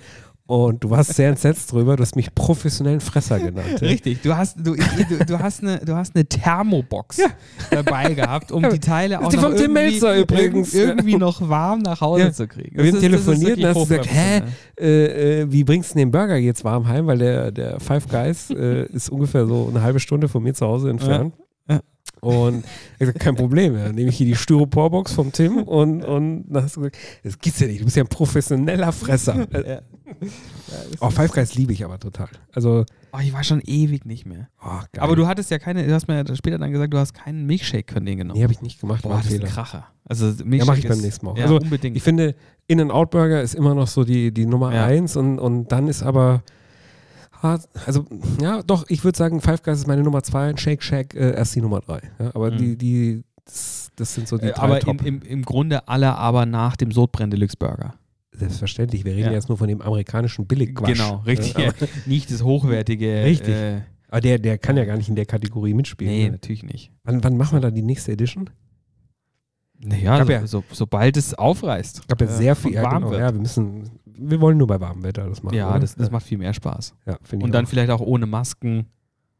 S2: Und du warst sehr entsetzt drüber, du hast mich professionellen
S1: (laughs)
S2: Fresser genannt. ja.
S1: Richtig, du hast, du, du, du hast eine, du hast eine Thermobox
S2: Ja.
S1: dabei gehabt, um die Teile auch
S2: Die
S1: noch
S2: vom Tim
S1: irgendwie,
S2: Melzer übrigens.
S1: irgendwie noch warm nach Hause
S2: Ja.
S1: zu kriegen.
S2: Wir haben
S1: Das ist- das ist
S2: telefoniert und hast
S1: wirklich
S2: gesagt, hä, äh, äh, wie bringst du den Burger jetzt warm heim? Weil der, der Five Guys äh, (laughs) ist ungefähr so eine halbe Stunde von mir zu Hause entfernt.
S1: Ja.
S2: Und ich gesagt, kein Problem, ja. nehme ich hier die Styroporbox vom Tim und, und dann hast du gesagt, das gibt's ja nicht, du bist ja ein professioneller (laughs) Fresser. Äh,
S1: Ja.
S2: Oh, Five Guys liebe ich aber total. Also,
S1: Oh, ich war schon ewig nicht mehr.
S2: oh, geil.
S1: Aber du hattest ja keine, du hast mir ja später dann gesagt, du hast keinen Milkshake von denen genommen.
S2: Nee, habe ich nicht gemacht, war
S1: Boah,
S2: ein
S1: das ist ein
S2: Fehler.
S1: Kracher. Also Milkshake
S2: Ja, mache ich beim
S1: ist-
S2: nächsten Mal. auch.
S1: Ja,
S2: also,
S1: unbedingt.
S2: ich finde, In-N-Out-Burger ist immer noch so die, die Nummer
S1: Ja.
S2: eins und, und dann ist aber, ah, also, ja, doch, ich würde sagen, Five Guys ist meine Nummer zwei und Shake Shack äh, erst die Nummer drei. Ja, aber
S1: Mhm.
S2: die, die, das, das sind so die
S1: Äh,
S2: drei
S1: aber im,
S2: Top.
S1: im, im Grunde alle aber nach dem Sodbrenn Deluxe Burger.
S2: Selbstverständlich, wir reden
S1: Ja.
S2: jetzt nur von dem amerikanischen
S1: (laughs)
S2: Billigquatsch.
S1: Genau, richtig.
S2: Ja, aber,
S1: Nicht das hochwertige.
S2: Richtig.
S1: Äh,
S2: Aber der, der kann ja gar nicht in der Kategorie mitspielen.
S1: Nee,
S2: Ne?
S1: natürlich nicht.
S2: Wann, wann machen wir da die nächste Edition? Ich
S1: Naja,
S2: hab
S1: so,
S2: ja-
S1: so, sobald es aufreißt.
S2: Ich habe ja
S1: äh,
S2: sehr viel
S1: und warm
S2: ja, genau,
S1: wird.
S2: Ja, wir müssen, wir wollen nur bei warmem Wetter das machen.
S1: Ja,
S2: oder?
S1: das, das macht viel mehr Spaß.
S2: ja, finde ich
S1: Und dann
S2: auch.
S1: vielleicht auch ohne Masken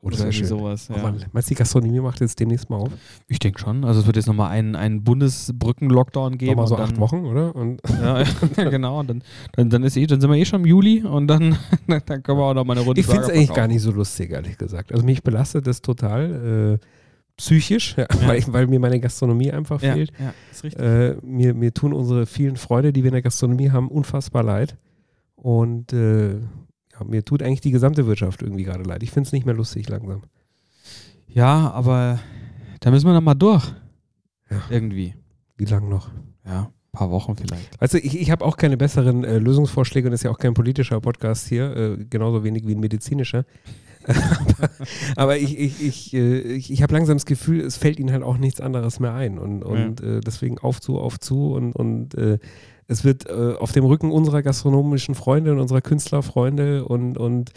S2: Oh, das
S1: oder
S2: wär
S1: irgendwie
S2: schön.
S1: sowas.
S2: Oh
S1: Ja.
S2: Mann, meinst du, die Gastronomie macht jetzt demnächst mal auf?
S1: Ich denke schon. Also es wird jetzt nochmal einen, einen Bundesbrücken-Lockdown geben.
S2: Nochmal so
S1: und dann,
S2: acht Wochen, oder? (laughs) Und
S1: (laughs) Ja, ja, genau. Und dann, dann, dann, ist eh, dann sind wir eh schon im Juli und dann, (laughs) dann können wir auch noch mal eine Runde
S2: ich finde es eigentlich gar nicht so lustig, ehrlich gesagt. Also mich belastet das total äh, psychisch, (laughs) ja, Weil, ich, weil mir meine Gastronomie einfach
S1: Ja,
S2: fehlt.
S1: ja, ist richtig.
S2: Äh, mir, mir tun unsere vielen Freunde, die wir in der Gastronomie haben, unfassbar leid. Und äh, ja, mir tut eigentlich die gesamte Wirtschaft irgendwie gerade leid. Ich finde es nicht mehr lustig langsam. Äh,
S1: Ja, aber da müssen wir noch mal durch.
S2: Ja.
S1: Irgendwie.
S2: Wie lange noch?
S1: Ja, ein paar Wochen vielleicht.
S2: Also ich, ich habe auch keine besseren äh, Lösungsvorschläge und das ist ja auch kein politischer Podcast hier, äh, genauso wenig wie ein medizinischer. (laughs) aber, aber ich, ich, ich, äh, ich, ich habe langsam das Gefühl, es fällt ihnen halt auch nichts anderes mehr ein. Und, und äh, deswegen auf zu, auf zu und, und äh, es wird äh, auf dem Rücken unserer gastronomischen Freunde und unserer Künstlerfreunde und, und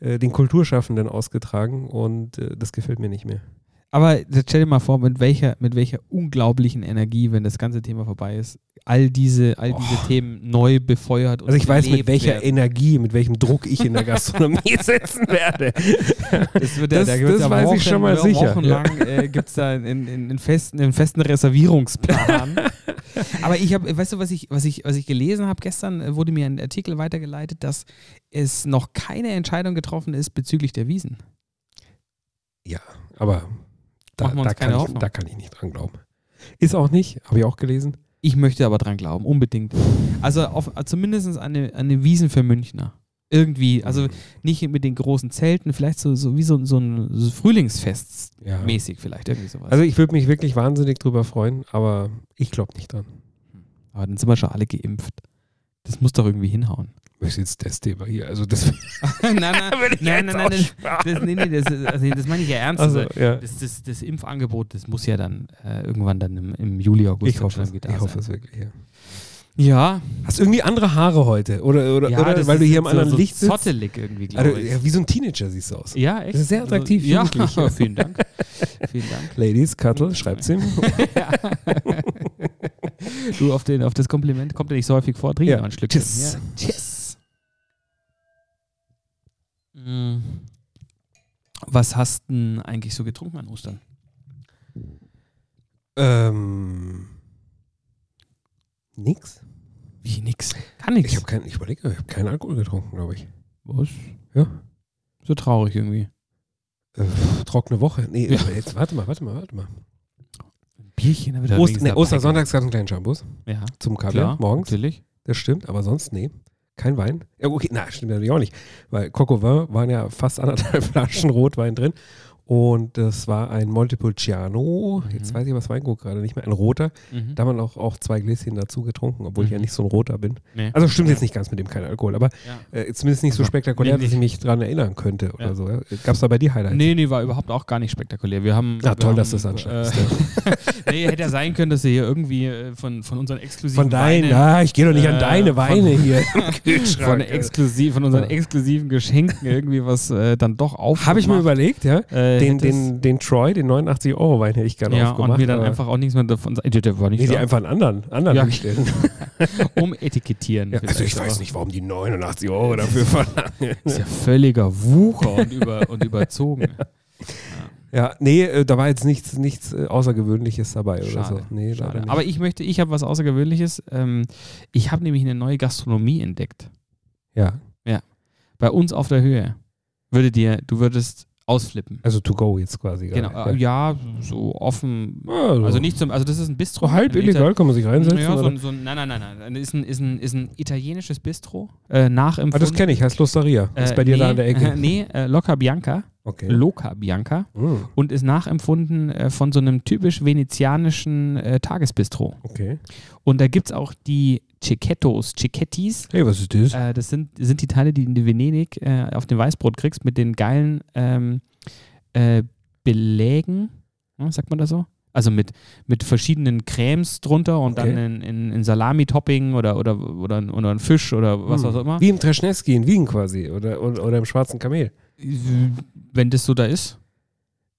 S2: äh, den Kulturschaffenden ausgetragen und äh, das gefällt mir nicht mehr.
S1: Aber jetzt stell dir mal vor, mit welcher, mit welcher unglaublichen Energie, wenn das ganze Thema vorbei ist, all diese, all diese Themen neu befeuert und
S2: Also ich weiß, mit
S1: belebt
S2: welcher
S1: werden.
S2: Energie, mit welchem Druck ich in der Gastronomie (laughs) sitzen werde.
S1: Das, wird ja,
S2: Das-
S1: da gibt's
S2: das
S1: ja
S2: weiß ich
S1: Wochen,
S2: schon mal sicher.
S1: Wochenlang äh, gibt es da einen, einen, einen, festen, einen festen
S2: (laughs)
S1: Reservierungsplan. Aber ich habe, weißt du, was ich, was ich, was ich gelesen habe gestern, äh, wurde mir ein Artikel weitergeleitet, dass es noch keine Entscheidung getroffen ist bezüglich der Wiesen.
S2: Aber da,
S1: Machen wir uns keine
S2: da, kann ich,
S1: Hoffnung.
S2: da kann ich nicht dran glauben. Ist auch nicht, habe ich auch gelesen.
S1: Ich möchte aber dran glauben, unbedingt. Also auf, zumindest an eine, an eine Wiesen für Münchner. Irgendwie, also nicht mit den großen Zelten, vielleicht so, so wie so, ein- so ein so Frühlingsfest
S2: Ja.
S1: mäßig vielleicht, irgendwie sowas.
S2: Also ich würde mich wirklich wahnsinnig drüber freuen, aber ich glaube nicht dran.
S1: aber dann sind wir schon alle geimpft. Das muss doch irgendwie
S2: (laughs)
S1: hinhauen.
S2: Das ist jetzt das Thema hier. Also das
S1: nein, nein, nein, nein, nein, das, das, nee, nee, das, ist- also, das meine ich ja ernst.
S2: also,
S1: Also,
S2: ja.
S1: das, das, das Impfangebot, das muss ja dann äh, irgendwann dann im, im Juli, August
S2: Ich hoffe,
S1: dann
S2: es,
S1: schon
S2: ich hoffe es
S1: sein.
S2: wirklich. Ja.
S1: Ja,
S2: Hast du irgendwie andere Haare heute? Oder, oder,
S1: ja
S2: oder
S1: das
S2: weil du
S1: ist
S2: hier im
S1: so,
S2: anderen
S1: so
S2: Licht sitzt?
S1: Zottelig irgendwie, glaube
S2: Also,
S1: ich.
S2: ja, wie so ein Teenager siehst du aus.
S1: ja, echt.
S2: Das ist sehr attraktiv,
S1: Also, ja,
S2: jugendlich.
S1: (laughs) vielen Dank. vielen Dank.
S2: Ladies, Kattel,
S1: (laughs)
S2: schreibt's ihm.
S1: Du, auf, den, auf das Kompliment kommt ja nicht so häufig vor. Trink
S2: Ja.
S1: noch ein Schlückchen.
S2: Tschüss.
S1: Ja. Tschüss. Mm. Was hast du denn eigentlich so getrunken an Ostern?
S2: ähm, nix.
S1: Wie nix. Gar nichts.
S2: Ich habe keinen, ich überlege, ich habe keinen Alkohol getrunken, glaube ich.
S1: Was?
S2: Ja.
S1: So traurig irgendwie.
S2: Äh, trockene Woche. Nee,
S1: Ja.
S2: aber jetzt warte mal, warte mal, warte mal.
S1: Ein Bierchen, da wird
S2: Ost, nee, Ostersonntags gab es einen kleinen Schambus
S1: Ja,
S2: zum Kaviar
S1: klar.
S2: morgens.
S1: Natürlich.
S2: Das stimmt, aber sonst, nee. Kein Wein. Ja, okay, na, stimmt natürlich auch nicht. Weil Coco Vin waren ja fast anderthalb (laughs) Flaschen Rotwein drin. Und das war ein Montepulciano. Jetzt
S1: Mhm.
S2: weiß ich, was Weingut gerade nicht mehr. Ein roter. Da haben wir auch, auch zwei Gläschen dazu getrunken, obwohl ich
S1: Mhm.
S2: ja nicht so ein roter bin.
S1: Nee.
S2: Also stimmt jetzt nicht ganz mit dem kein Alkohol, aber
S1: Ja.
S2: äh, zumindest nicht so
S1: Also,
S2: spektakulär,
S1: nee,
S2: dass ich mich dran erinnern könnte oder
S1: Ja.
S2: so. Ja. Gab es da bei dir Highlights?
S1: Nee, nee, war überhaupt auch gar nicht spektakulär. Wir haben.
S2: Na
S1: wir
S2: Also Ah, toll,
S1: haben,
S2: dass du es anschneidest.
S1: Äh, (laughs) nee, hätte ja sein können, dass ihr hier irgendwie äh, von, von unseren exklusiven
S2: Von deinen,
S1: Weinen,
S2: ah, ich gehe doch nicht
S1: äh,
S2: an deine
S1: von- äh.
S2: Weine
S1: (laughs)
S2: hier.
S1: von, exklusiv, von unseren exklusiven Geschenken irgendwie was äh, dann doch auf.
S2: Habe ich mir überlegt, ja.
S1: äh,
S2: Den,
S1: hättest-
S2: den, den Troy, den 89-Euro-Wein hätte ich gerne
S1: ja,
S2: aufgemacht.
S1: und mir dann
S2: aber-
S1: einfach auch nichts mehr davon sagen. Der war
S2: Nee,
S1: nicht
S2: die
S1: da.
S2: einfach einen anderen, anderen
S1: Ja.
S2: hinstellen.
S1: (laughs) Umetikettieren.
S2: Ja, also ich
S1: vielleicht
S2: weiß
S1: auch.
S2: nicht, ne? warum die 89 Euro
S1: (laughs)
S2: dafür verlangen.
S1: Ist ja völliger Wucher und, über, und
S2: (laughs)
S1: überzogen.
S2: Ja, nee, äh, da war jetzt nichts, nichts äh, Außergewöhnliches dabei oder so.
S1: Schade.
S2: Nee, leider
S1: Schade.
S2: nicht.
S1: Aber ich möchte, ich habe was Außergewöhnliches. Ähm, ich habe nämlich eine neue Gastronomie entdeckt.
S2: ja,
S1: Bei uns auf der Höhe. Würde dir, du würdest ausflippen.
S2: also to go jetzt quasi.
S1: Genau.
S2: gerade.
S1: Äh, Ja, so offen.
S2: Ja. Also,
S1: Also nicht zum, also das ist ein Bistro.
S2: Mhm. so halb
S1: Ein Ital-
S2: illegal kann man sich reinsetzen.
S1: Ja, so
S2: oder?
S1: ein, so ein, nein, nein, nein, nein. Ist ein, ist ein, ist ein italienisches Bistro. Äh, nachempfunden.
S2: ah, das kenne ich, heißt Losteria.
S1: Äh,
S2: ist bei dir
S1: nee,
S2: da an der Ecke.
S1: (laughs) nee, äh, Loca Bianca.
S2: Okay.
S1: Loca Bianca.
S2: Mm,
S1: Und ist nachempfunden äh, von so einem typisch venezianischen äh, Tagesbistro.
S2: okay.
S1: Und da gibt es auch die Cicchettos, Cicchettis.
S2: Hey, was ist das?
S1: Äh, das sind, sind die Teile, die du in Venedig äh, auf dem Weißbrot kriegst mit den geilen ähm, äh, Belägen, ne, sagt man das so? Also mit, mit verschiedenen Cremes drunter und
S2: Okay.
S1: dann in, in, in Salami-Topping oder, oder, oder, oder ein Fisch oder was
S2: Hm.
S1: auch immer.
S2: Wie im Treschnewski in Wien quasi oder, oder, oder im Schwarzen Kamel.
S1: Wenn das so da ist.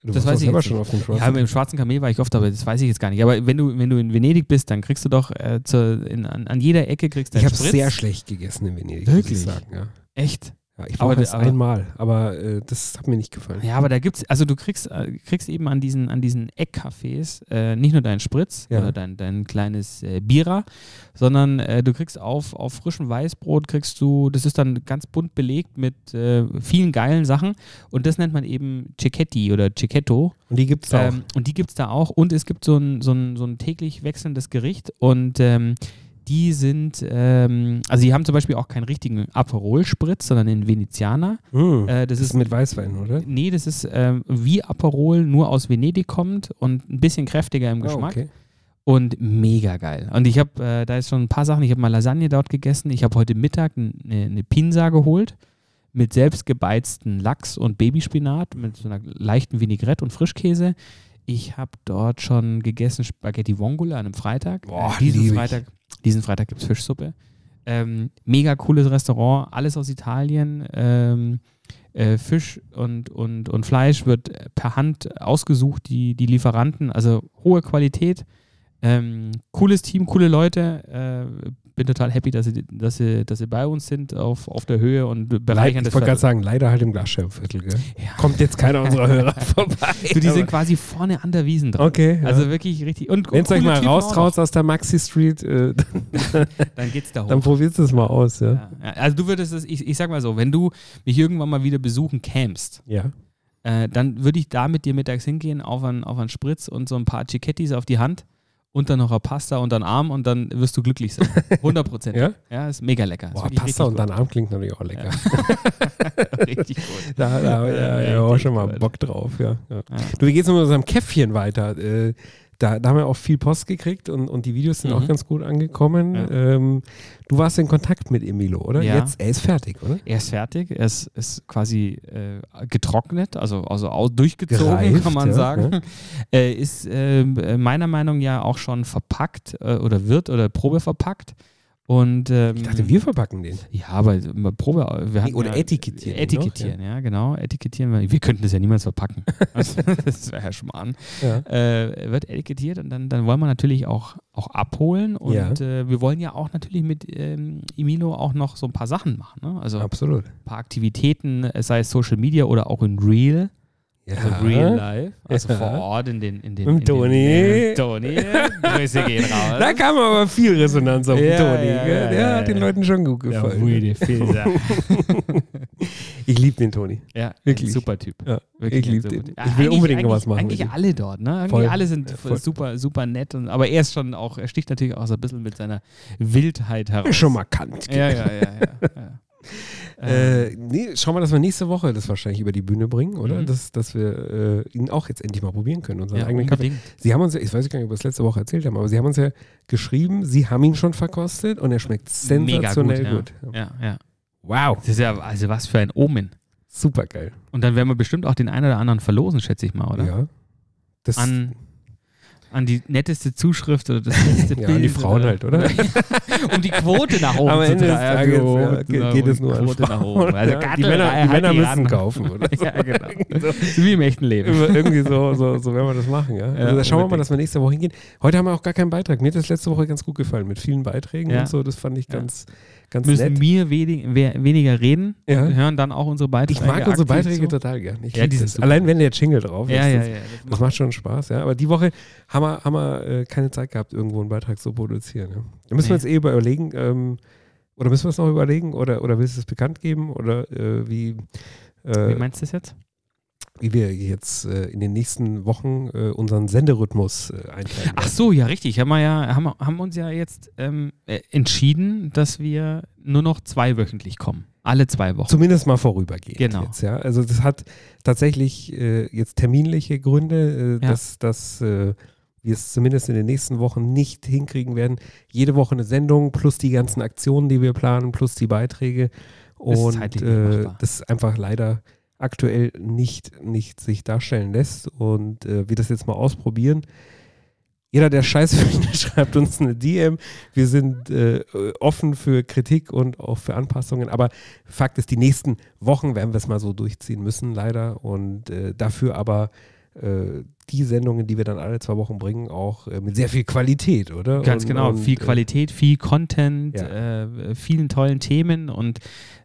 S2: Du
S1: Das
S2: warst
S1: weiß
S2: doch
S1: ich
S2: selber
S1: jetzt
S2: schon auf dem
S1: Ja, mit
S2: Schwarzen.
S1: dem schwarzen Kamel war ich oft, aber das weiß ich jetzt gar nicht. Aber wenn du, wenn du in Venedig bist, dann kriegst du doch äh, zur- in, an, an jeder Ecke kriegst du
S2: ich
S1: einen
S2: habe
S1: Spritz.
S2: sehr schlecht gegessen in Venedig,
S1: Wirklich?
S2: muss ich sagen. Ja.
S1: Echt?
S2: Ja, ich
S1: Aber
S2: war
S1: das-
S2: das
S1: aber-
S2: einmal, aber äh, das hat mir nicht gefallen.
S1: Ja, aber da gibt's, also du kriegst, äh, kriegst eben an diesen, an diesen Eckcafés äh, nicht nur deinen Spritz
S2: Ja.
S1: oder dein, dein kleines äh, Bierer, sondern äh, du kriegst auf, auf frischem Weißbrot kriegst du, das ist dann ganz bunt belegt mit äh, vielen geilen Sachen und das nennt man eben Cecchetti oder Cecchetto.
S2: Und die gibt's auch.
S1: Ähm, und die gibt es da auch. Und es gibt so ein, so ein, so ein täglich wechselndes Gericht. Und ähm, die sind, ähm, also die haben zum Beispiel auch keinen richtigen Aperol-Spritz, sondern den Venezianer.
S2: Hm.
S1: Äh, das
S2: das ist
S1: ist
S2: mit Weißwein, oder?
S1: Nee, das ist ähm, wie Aperol, nur aus Venedig kommt und ein bisschen kräftiger im
S2: Ah,
S1: Geschmack
S2: okay.
S1: und mega geil. Und ich habe, äh, da ist schon ein paar Sachen, ich habe mal Lasagne dort gegessen, ich habe heute Mittag eine ne Pinsa geholt mit selbstgebeizten Lachs und Babyspinat mit so einer leichten Vinaigrette und Frischkäse. Ich habe dort schon gegessen Spaghetti Vongole an einem Freitag. Äh,
S2: Boah,
S1: diesen,
S2: lieb ich.
S1: Freitag diesen Freitag gibt es Fischsuppe. Ähm, mega cooles Restaurant, alles aus Italien. Ähm, äh, Fisch und, und, und Fleisch wird äh, per Hand ausgesucht, die, die Lieferanten. Also hohe Qualität. Ähm, cooles Team, coole Leute. Äh, bin total happy, dass sie, dass sie, dass sie bei uns sind auf, auf der Höhe und
S2: Leid,
S1: bereichern
S2: ich
S1: das
S2: wollte gerade
S1: Viertel.
S2: sagen, leider halt im Glasscherbenviertel, gell?
S1: Ja.
S2: Kommt jetzt keiner
S1: (laughs)
S2: unserer Hörer vorbei.
S1: Du, Also, die sind
S2: aber-
S1: quasi vorne an der Wiesen dran.
S2: Okay. Ja.
S1: Also wirklich richtig. Und
S2: wenn es euch
S1: coole
S2: mal
S1: Typen auch noch.
S2: raustraut aus der Maxi Street, äh, (laughs) dann,
S1: dann geht's da hoch.
S2: dann probiert es mal aus, ja.
S1: ja. Ja, Also du würdest es, ich, ich sag mal so, wenn du mich irgendwann mal wieder besuchen kämst,
S2: Ja.
S1: äh, dann würde ich da mit dir mittags hingehen auf einen, auf einen Spritz und so ein paar Chiquettis auf die Hand und dann noch eine Pasta unter den Arm und dann wirst du glücklich
S2: (laughs)
S1: sein. 100 Prozent.
S2: Ja?
S1: ja, ist mega lecker.
S2: Boah,
S1: ist wirklich
S2: Pasta und
S1: richtig
S2: dann Arm klingt natürlich auch lecker.
S1: gut. (laughs) richtig gut.
S2: Da, da ja, ja,
S1: Ja,
S2: ja, auch
S1: richtig
S2: schon mal
S1: gut.
S2: Bock drauf, ja. ja.
S1: Ja.
S2: Du, wie geht's denn mit unserem Käffchen weiter? Äh, da, da haben wir auch viel Post gekriegt und, und die Videos sind
S1: Mhm.
S2: auch ganz gut angekommen.
S1: Ja.
S2: Ähm, du warst in Kontakt mit Emilo, oder?
S1: Ja.
S2: Jetzt, er ist fertig, oder?
S1: Er ist fertig, er ist, ist quasi äh, getrocknet, also, also aus, durchgezogen,
S2: Gereift,
S1: kann man (laughs)
S2: ja,
S1: sagen. Äh, ist ähm, äh, meiner Meinung nach ja auch schon verpackt äh, oder wird oder Probe verpackt. Und, ähm,
S2: Ich dachte, wir verpacken den.
S1: Ja, aber immer Probe. Wir hatten
S2: oder
S1: ja,
S2: etikettieren,
S1: Etikettieren, ja. genau. Etikettieren. Wir, wir könnten das ja niemals
S2: (laughs)
S1: verpacken. Also, das wäre ja Schmarrn.
S2: Ja.
S1: Äh, wird etikettiert und dann, dann wollen wir natürlich auch, auch abholen. Und
S2: Ja.
S1: äh, wir wollen ja auch natürlich mit ähm, Emilo auch noch so ein paar Sachen machen. Ne? Also
S2: Absolut.
S1: ein paar Aktivitäten, äh, sei es Social Media oder auch in Real.
S2: Ja.
S1: Also Real Life. Also
S2: Ja.
S1: vor Ort in den. In den
S2: Mit
S1: in
S2: Toni.
S1: Den, äh, Toni. Grüße gehen raus.
S2: Da kam aber viel Resonanz auf
S1: Ja,
S2: den Toni.
S1: ja,
S2: gell?
S1: ja,
S2: Der
S1: ja,
S2: hat den
S1: ja.
S2: Leuten schon gut
S1: Ja,
S2: gefallen.
S1: Rudi Feser.
S2: ich liebe den Toni.
S1: Ja,
S2: Wirklich.
S1: ein super Typ.
S2: Ja,
S1: Wirklich
S2: ich lieb
S1: ein super
S2: den.
S1: Typ.
S2: Ich will
S1: Eigentlich-
S2: unbedingt noch
S1: eigentlich-
S2: was machen mit
S1: Eigentlich
S2: ihm.
S1: alle dort, ne? Irgendwie
S2: Voll.
S1: alle sind
S2: Ja,
S1: f-
S2: voll.
S1: super, super nett. Und, aber er ist schon auch, er sticht natürlich auch so ein bisschen mit seiner Wildheit heraus.
S2: Ist schon markant.
S1: Ja, ja, ja, ja. ja. Äh,
S2: (laughs) Äh, nee, schauen wir, dass wir nächste Woche das wahrscheinlich über die Bühne bringen, oder?
S1: Mhm.
S2: Dass, dass wir äh, ihn auch jetzt endlich mal probieren können, unseren
S1: ja,
S2: eigenen Kaffee.
S1: unbedingt.
S2: Sie haben uns ja, ich weiß gar nicht, ob wir das letzte Woche erzählt haben, aber Sie haben uns ja geschrieben, Sie haben ihn schon verkostet und er schmeckt
S1: Mega gut,
S2: sensationell gut.
S1: Ja, ja.
S2: Wow,
S1: Das ist ja, also was für ein Omen.
S2: super geil.
S1: Und dann werden wir bestimmt auch den einen oder anderen verlosen, schätze ich mal, oder?
S2: Ja. Das,
S1: An, an die netteste Zuschrift oder das letzte
S2: (laughs) ja,
S1: Bild.
S2: an die Frauen halt, oder?
S1: (laughs) um die Quote nach oben
S2: Am
S1: zu
S2: Ende des
S1: treiben.
S2: Tages
S1: Um
S2: ja,
S1: die
S2: geht, geht es nur an
S1: Quote nach
S2: Frauen.
S1: oben. Also
S2: ja, die
S1: Gattel,
S2: Männer, die
S1: halt
S2: Männer
S1: die
S2: müssen
S1: ran.
S2: kaufen, oder?
S1: (laughs) Ja, genau. Wie im echten Leben.
S2: Immer Irgendwie so, so, so werden wir das machen, ja. Also da schauen wir mal,
S1: unbedingt.
S2: dass wir nächste Woche hingehen. Heute haben wir auch gar keinen Beitrag. Mir hat das letzte Woche ganz gut gefallen mit vielen Beiträgen
S1: Ja.
S2: und so. Das fand ich
S1: Ja.
S2: ganz, ganz
S1: Müssen
S2: nett.
S1: wir wenig, we- weniger reden
S2: Ja.
S1: und hören dann auch unsere Beiträge.
S2: Ich mag unsere
S1: aktiv
S2: Beiträge
S1: zu.
S2: total gern. Ich
S1: Ja,
S2: lieb
S1: die sind
S2: das.
S1: super.
S2: Allein wenn der Jingle drauf
S1: Ja,
S2: ist.
S1: ja,
S2: das,
S1: ja.
S2: das macht schon Spaß, ja. Aber die Woche haben wir, haben wir äh, keine Zeit gehabt, irgendwo einen Beitrag zu produzieren. Ja. Da müssen wir
S1: Nee.
S2: uns eh überlegen, ähm, oder müssen wir es noch überlegen, oder, oder willst du es bekannt geben? Oder äh, wie,
S1: Wie
S2: äh,
S1: meinst du das jetzt?
S2: wie wir jetzt äh, in den nächsten Wochen äh, unseren Senderhythmus äh, einteilen.
S1: Ach so, ja, richtig. Haben wir ja, haben, wir- haben uns ja jetzt ähm, äh, entschieden, dass wir nur noch zweiwöchentlich kommen. Alle zwei Wochen.
S2: Zumindest mal vorübergehend.
S1: Genau.
S2: Jetzt, ja. Also das hat tatsächlich äh, jetzt terminliche Gründe, äh,
S1: Ja.
S2: dass, dass äh, wir es zumindest in den nächsten Wochen nicht hinkriegen werden. Jede Woche eine Sendung plus die ganzen Aktionen, die wir planen, plus die Beiträge.
S1: Ist
S2: Und
S1: zeitlich nicht
S2: äh,
S1: machbar.
S2: das einfach leider aktuell nicht, nicht sich darstellen lässt und äh, wir das jetzt mal ausprobieren. Jeder, der Scheiße findet, schreibt uns eine DM. Wir sind äh, offen für Kritik und auch für Anpassungen. Aber Fakt ist, die nächsten Wochen werden wir es mal so durchziehen müssen, leider. Und äh, dafür aber äh, die Sendungen, die wir dann alle zwei Wochen bringen, auch äh, mit sehr viel Qualität, oder?
S1: Ganz
S2: Und-
S1: genau,
S2: und,
S1: viel
S2: äh,
S1: Qualität, viel Content, äh, vielen tollen Themen und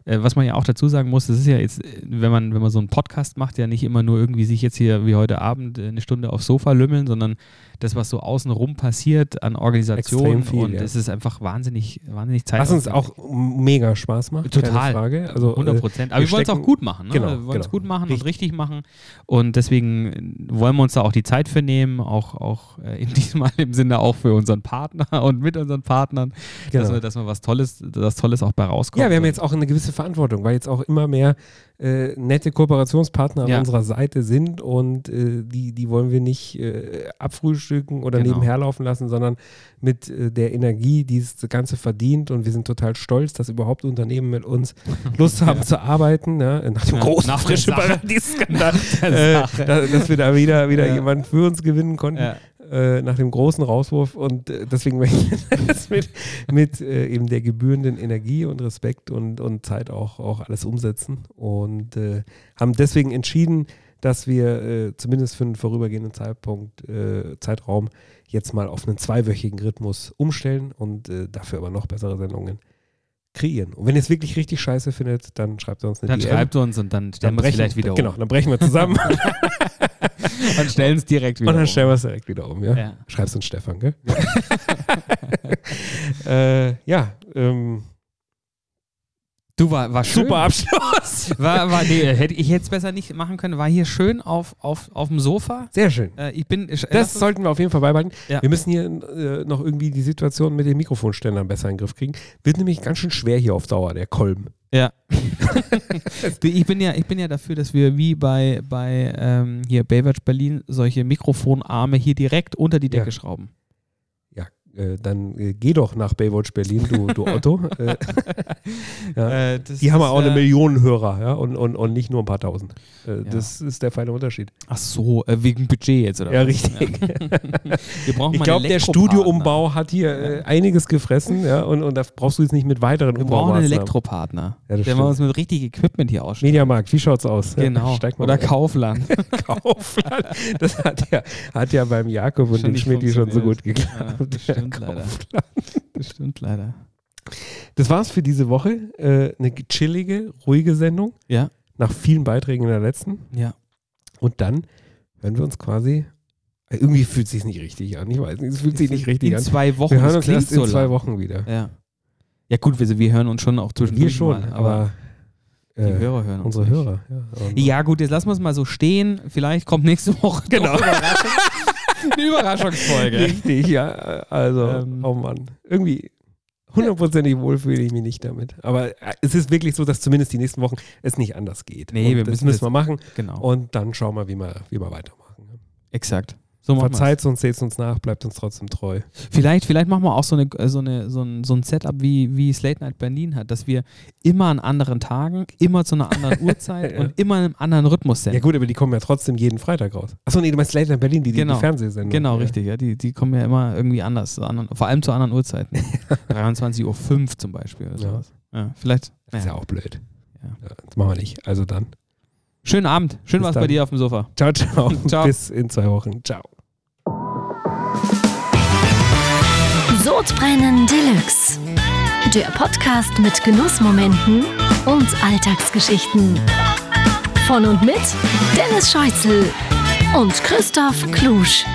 S1: äh, was man ja auch dazu sagen muss, das ist ja jetzt, äh, wenn man, wenn man so einen Podcast macht, ja nicht immer nur irgendwie sich jetzt hier wie heute Abend äh, eine Stunde aufs Sofa lümmeln, sondern das, was so außenrum passiert an Organisationen
S2: Extrem viel,
S1: und
S2: ja.
S1: es ist einfach wahnsinnig, wahnsinnig Zeit.
S2: Was uns auch mega Spaß macht.
S1: Total.
S2: Keine Frage. Also,
S1: 100
S2: äh,
S1: Prozent. Aber wir
S2: wir
S1: wollen es auch
S2: stecken-
S1: gut machen. Ne?
S2: Genau,
S1: wir wollen es
S2: genau.
S1: gut machen und
S2: Richtig.
S1: richtig machen. Und deswegen äh, wollen wir uns da auch die Zeit für nehmen, auch, auch äh, in (laughs) diesem Mal im Sinne auch für unseren Partner (laughs) und mit unseren Partnern, dass,
S2: Genau.
S1: wir, dass wir was Tolles, das Tolles auch bei rauskommt.
S2: Ja, wir haben jetzt auch eine gewisse Verantwortung, weil jetzt auch immer mehr äh, nette Kooperationspartner
S1: Ja.
S2: an unserer Seite sind und äh, die, die wollen wir nicht äh, abfrühstücken oder
S1: Genau.
S2: nebenher laufen lassen, sondern mit äh, der Energie, die das Ganze verdient und wir sind total stolz, dass überhaupt Unternehmen
S1: (laughs)
S2: mit uns Lust haben zu arbeiten, ja, nach dem
S1: Ja,
S2: großen
S1: nach der
S2: frischen
S1: Sache.
S2: Paradiesskandal, äh, da, dass wir da wieder, wieder
S1: Ja.
S2: jemanden für uns gewinnen konnten
S1: Ja.
S2: äh, nach dem großen Rauswurf und äh, deswegen möchte ich (laughs) das mit, mit äh, eben der gebührenden Energie und Respekt und, und Zeit auch, auch alles umsetzen und äh, haben deswegen entschieden, dass wir äh, zumindest für einen vorübergehenden Zeitpunkt, äh, Zeitraum jetzt mal auf einen zweiwöchigen Rhythmus umstellen und äh, dafür aber noch bessere Sendungen kreieren. Und wenn ihr es wirklich richtig scheiße findet, dann schreibt ihr uns eine
S1: Dann
S2: DM.
S1: schreibt uns und dann stellen
S2: ähm, dann
S1: wir es
S2: brechen,
S1: vielleicht wieder
S2: genau,
S1: um.
S2: dann brechen
S1: (laughs)
S2: wir zusammen
S1: Dann stellen es direkt wieder
S2: und dann
S1: um.
S2: stellen wir es direkt wieder um. Ja?
S1: Ja.
S2: Schreib's uns Stefan, gell? (laughs) äh, ja, ähm,
S1: Du war, war schön.
S2: super Abschluss.
S1: War, war, nee, hätte ich jetzt besser nicht machen können. War hier schön auf, auf, auf dem Sofa.
S2: Sehr schön.
S1: Äh, ich bin. ich-
S2: Das sollten wir auf jeden Fall beibehalten.
S1: Ja.
S2: Wir müssen hier äh, noch irgendwie die Situation mit den Mikrofonständern besser in den Griff kriegen. Wird nämlich ganz schön schwer hier auf Dauer, der Kolben.
S1: Ja. Du, ich, bin ja ich bin ja dafür, dass wir wie bei, bei ähm, hier Baywatch Berlin solche Mikrofonarme hier direkt unter die Decke
S2: Ja.
S1: schrauben.
S2: Ja, äh, dann äh, geh doch nach Baywatch Berlin, du,
S1: (laughs)
S2: du Otto. äh, ja.
S1: Äh, das
S2: Die haben
S1: ist,
S2: ja auch eine
S1: äh,
S2: Million Hörer ja? und, und, und nicht nur ein paar Tausend. Äh,
S1: Ja.
S2: Das ist der feine Unterschied.
S1: Ach so, äh, wegen Budget jetzt, oder?
S2: Ja,
S1: was?
S2: richtig.
S1: Wir brauchen
S2: Ich
S1: mal
S2: glaube, der
S1: Elektropartner.
S2: Studioumbau hat hier äh, einiges gefressen, ja, und, und da brauchst du jetzt nicht mit weiteren
S1: Wir brauchen einen
S2: Umbaumaßnahmen.
S1: Elektropartner,
S2: Ja, das
S1: der mal
S2: stimmt.
S1: uns mit richtig Equipment hier ausstattet.
S2: Mediamarkt, wie schaut's aus?
S1: Genau.
S2: Steig mal
S1: Oder (laughs)
S2: ein.
S1: Kaufland.
S2: (laughs) Kaufland. Das hat ja, hat ja beim Jakob und
S1: Schon
S2: dem
S1: nicht
S2: Schmidt schon so gut
S1: funktioniert. Ja, das
S2: geklappt.
S1: stimmt
S2: Der
S1: leider.
S2: Kaufland.
S1: Das stimmt leider.
S2: Das war's für diese Woche. Äh, eine chillige, ruhige Sendung.
S1: Ja.
S2: Nach vielen Beiträgen in der letzten.
S1: Ja.
S2: Und dann hören wir uns quasi. Äh, Irgendwie fühlt sich's nicht richtig an. Ich weiß nicht, es fühlt sich nicht richtig
S1: in
S2: an.
S1: zwei Wochen.
S2: Wir hören
S1: das
S2: uns
S1: klingt
S2: erst
S1: so
S2: in zwei
S1: lang.
S2: Wochen wieder.
S1: Ja. Ja, gut, wir, wir hören uns schon auch zwischendurch.
S2: Wir schon,
S1: mal,
S2: aber,
S1: die
S2: äh,
S1: Hörer hören uns.
S2: Unsere
S1: nicht.
S2: Hörer, ja. Und-
S1: Ja, gut, jetzt lassen wir es mal so stehen. Vielleicht kommt nächste Woche
S2: Genau.
S1: doch
S2: (laughs)
S1: Überraschung, eine Überraschungsfolge.
S2: Richtig, ja. Also,
S1: Ähm.
S2: oh Mann. Irgendwie hundertprozentig wohl fühle ich mich nicht damit. Aber äh, es ist wirklich so, dass zumindest die nächsten Wochen es nicht anders geht.
S1: Nee,
S2: und
S1: wir
S2: das
S1: müssen das-
S2: müssen wir machen
S1: Genau.
S2: und dann schauen wir, wie wir, wie wir weitermachen.
S1: Exakt. So machen wir's.
S2: Verzeiht uns, seht uns nach, bleibt uns trotzdem treu.
S1: Vielleicht, vielleicht machen wir auch so, eine, äh, so, eine, so, ein, so ein Setup, wie, wie es Late Night Berlin hat, dass wir immer an anderen Tagen, immer zu einer
S2: (laughs)
S1: anderen Uhrzeit
S2: Ja.
S1: und immer in einem anderen Rhythmus
S2: Ja
S1: senden.
S2: gut, aber die kommen ja trotzdem jeden Freitag raus. Achso, nee, du meinst Late Night Berlin, die, die-
S1: Genau.
S2: die Fernsehsendung.
S1: genau,
S2: ja.
S1: richtig. Ja. Die, die kommen ja immer irgendwie anders, zu anderen, vor allem zu anderen Uhrzeiten.
S2: (laughs)
S1: 23.05 Uhr zum Beispiel. Oder
S2: Ja.
S1: sowas. Ja, vielleicht.
S2: Das ist
S1: Naja.
S2: ja auch blöd.
S1: Ja.
S2: Ja, das machen wir nicht. Also dann.
S1: Schönen Abend. Schön
S2: Bis
S1: war es bei
S2: dann.
S1: dir auf dem Sofa.
S2: Ciao, ciao.
S1: (laughs) Ciao.
S2: Bis in zwei Wochen. Ciao.
S3: Sodbrennen Deluxe. Der Podcast mit Genussmomenten und Alltagsgeschichten. Von und mit Dennis Scheuzel und Christoph Klusch.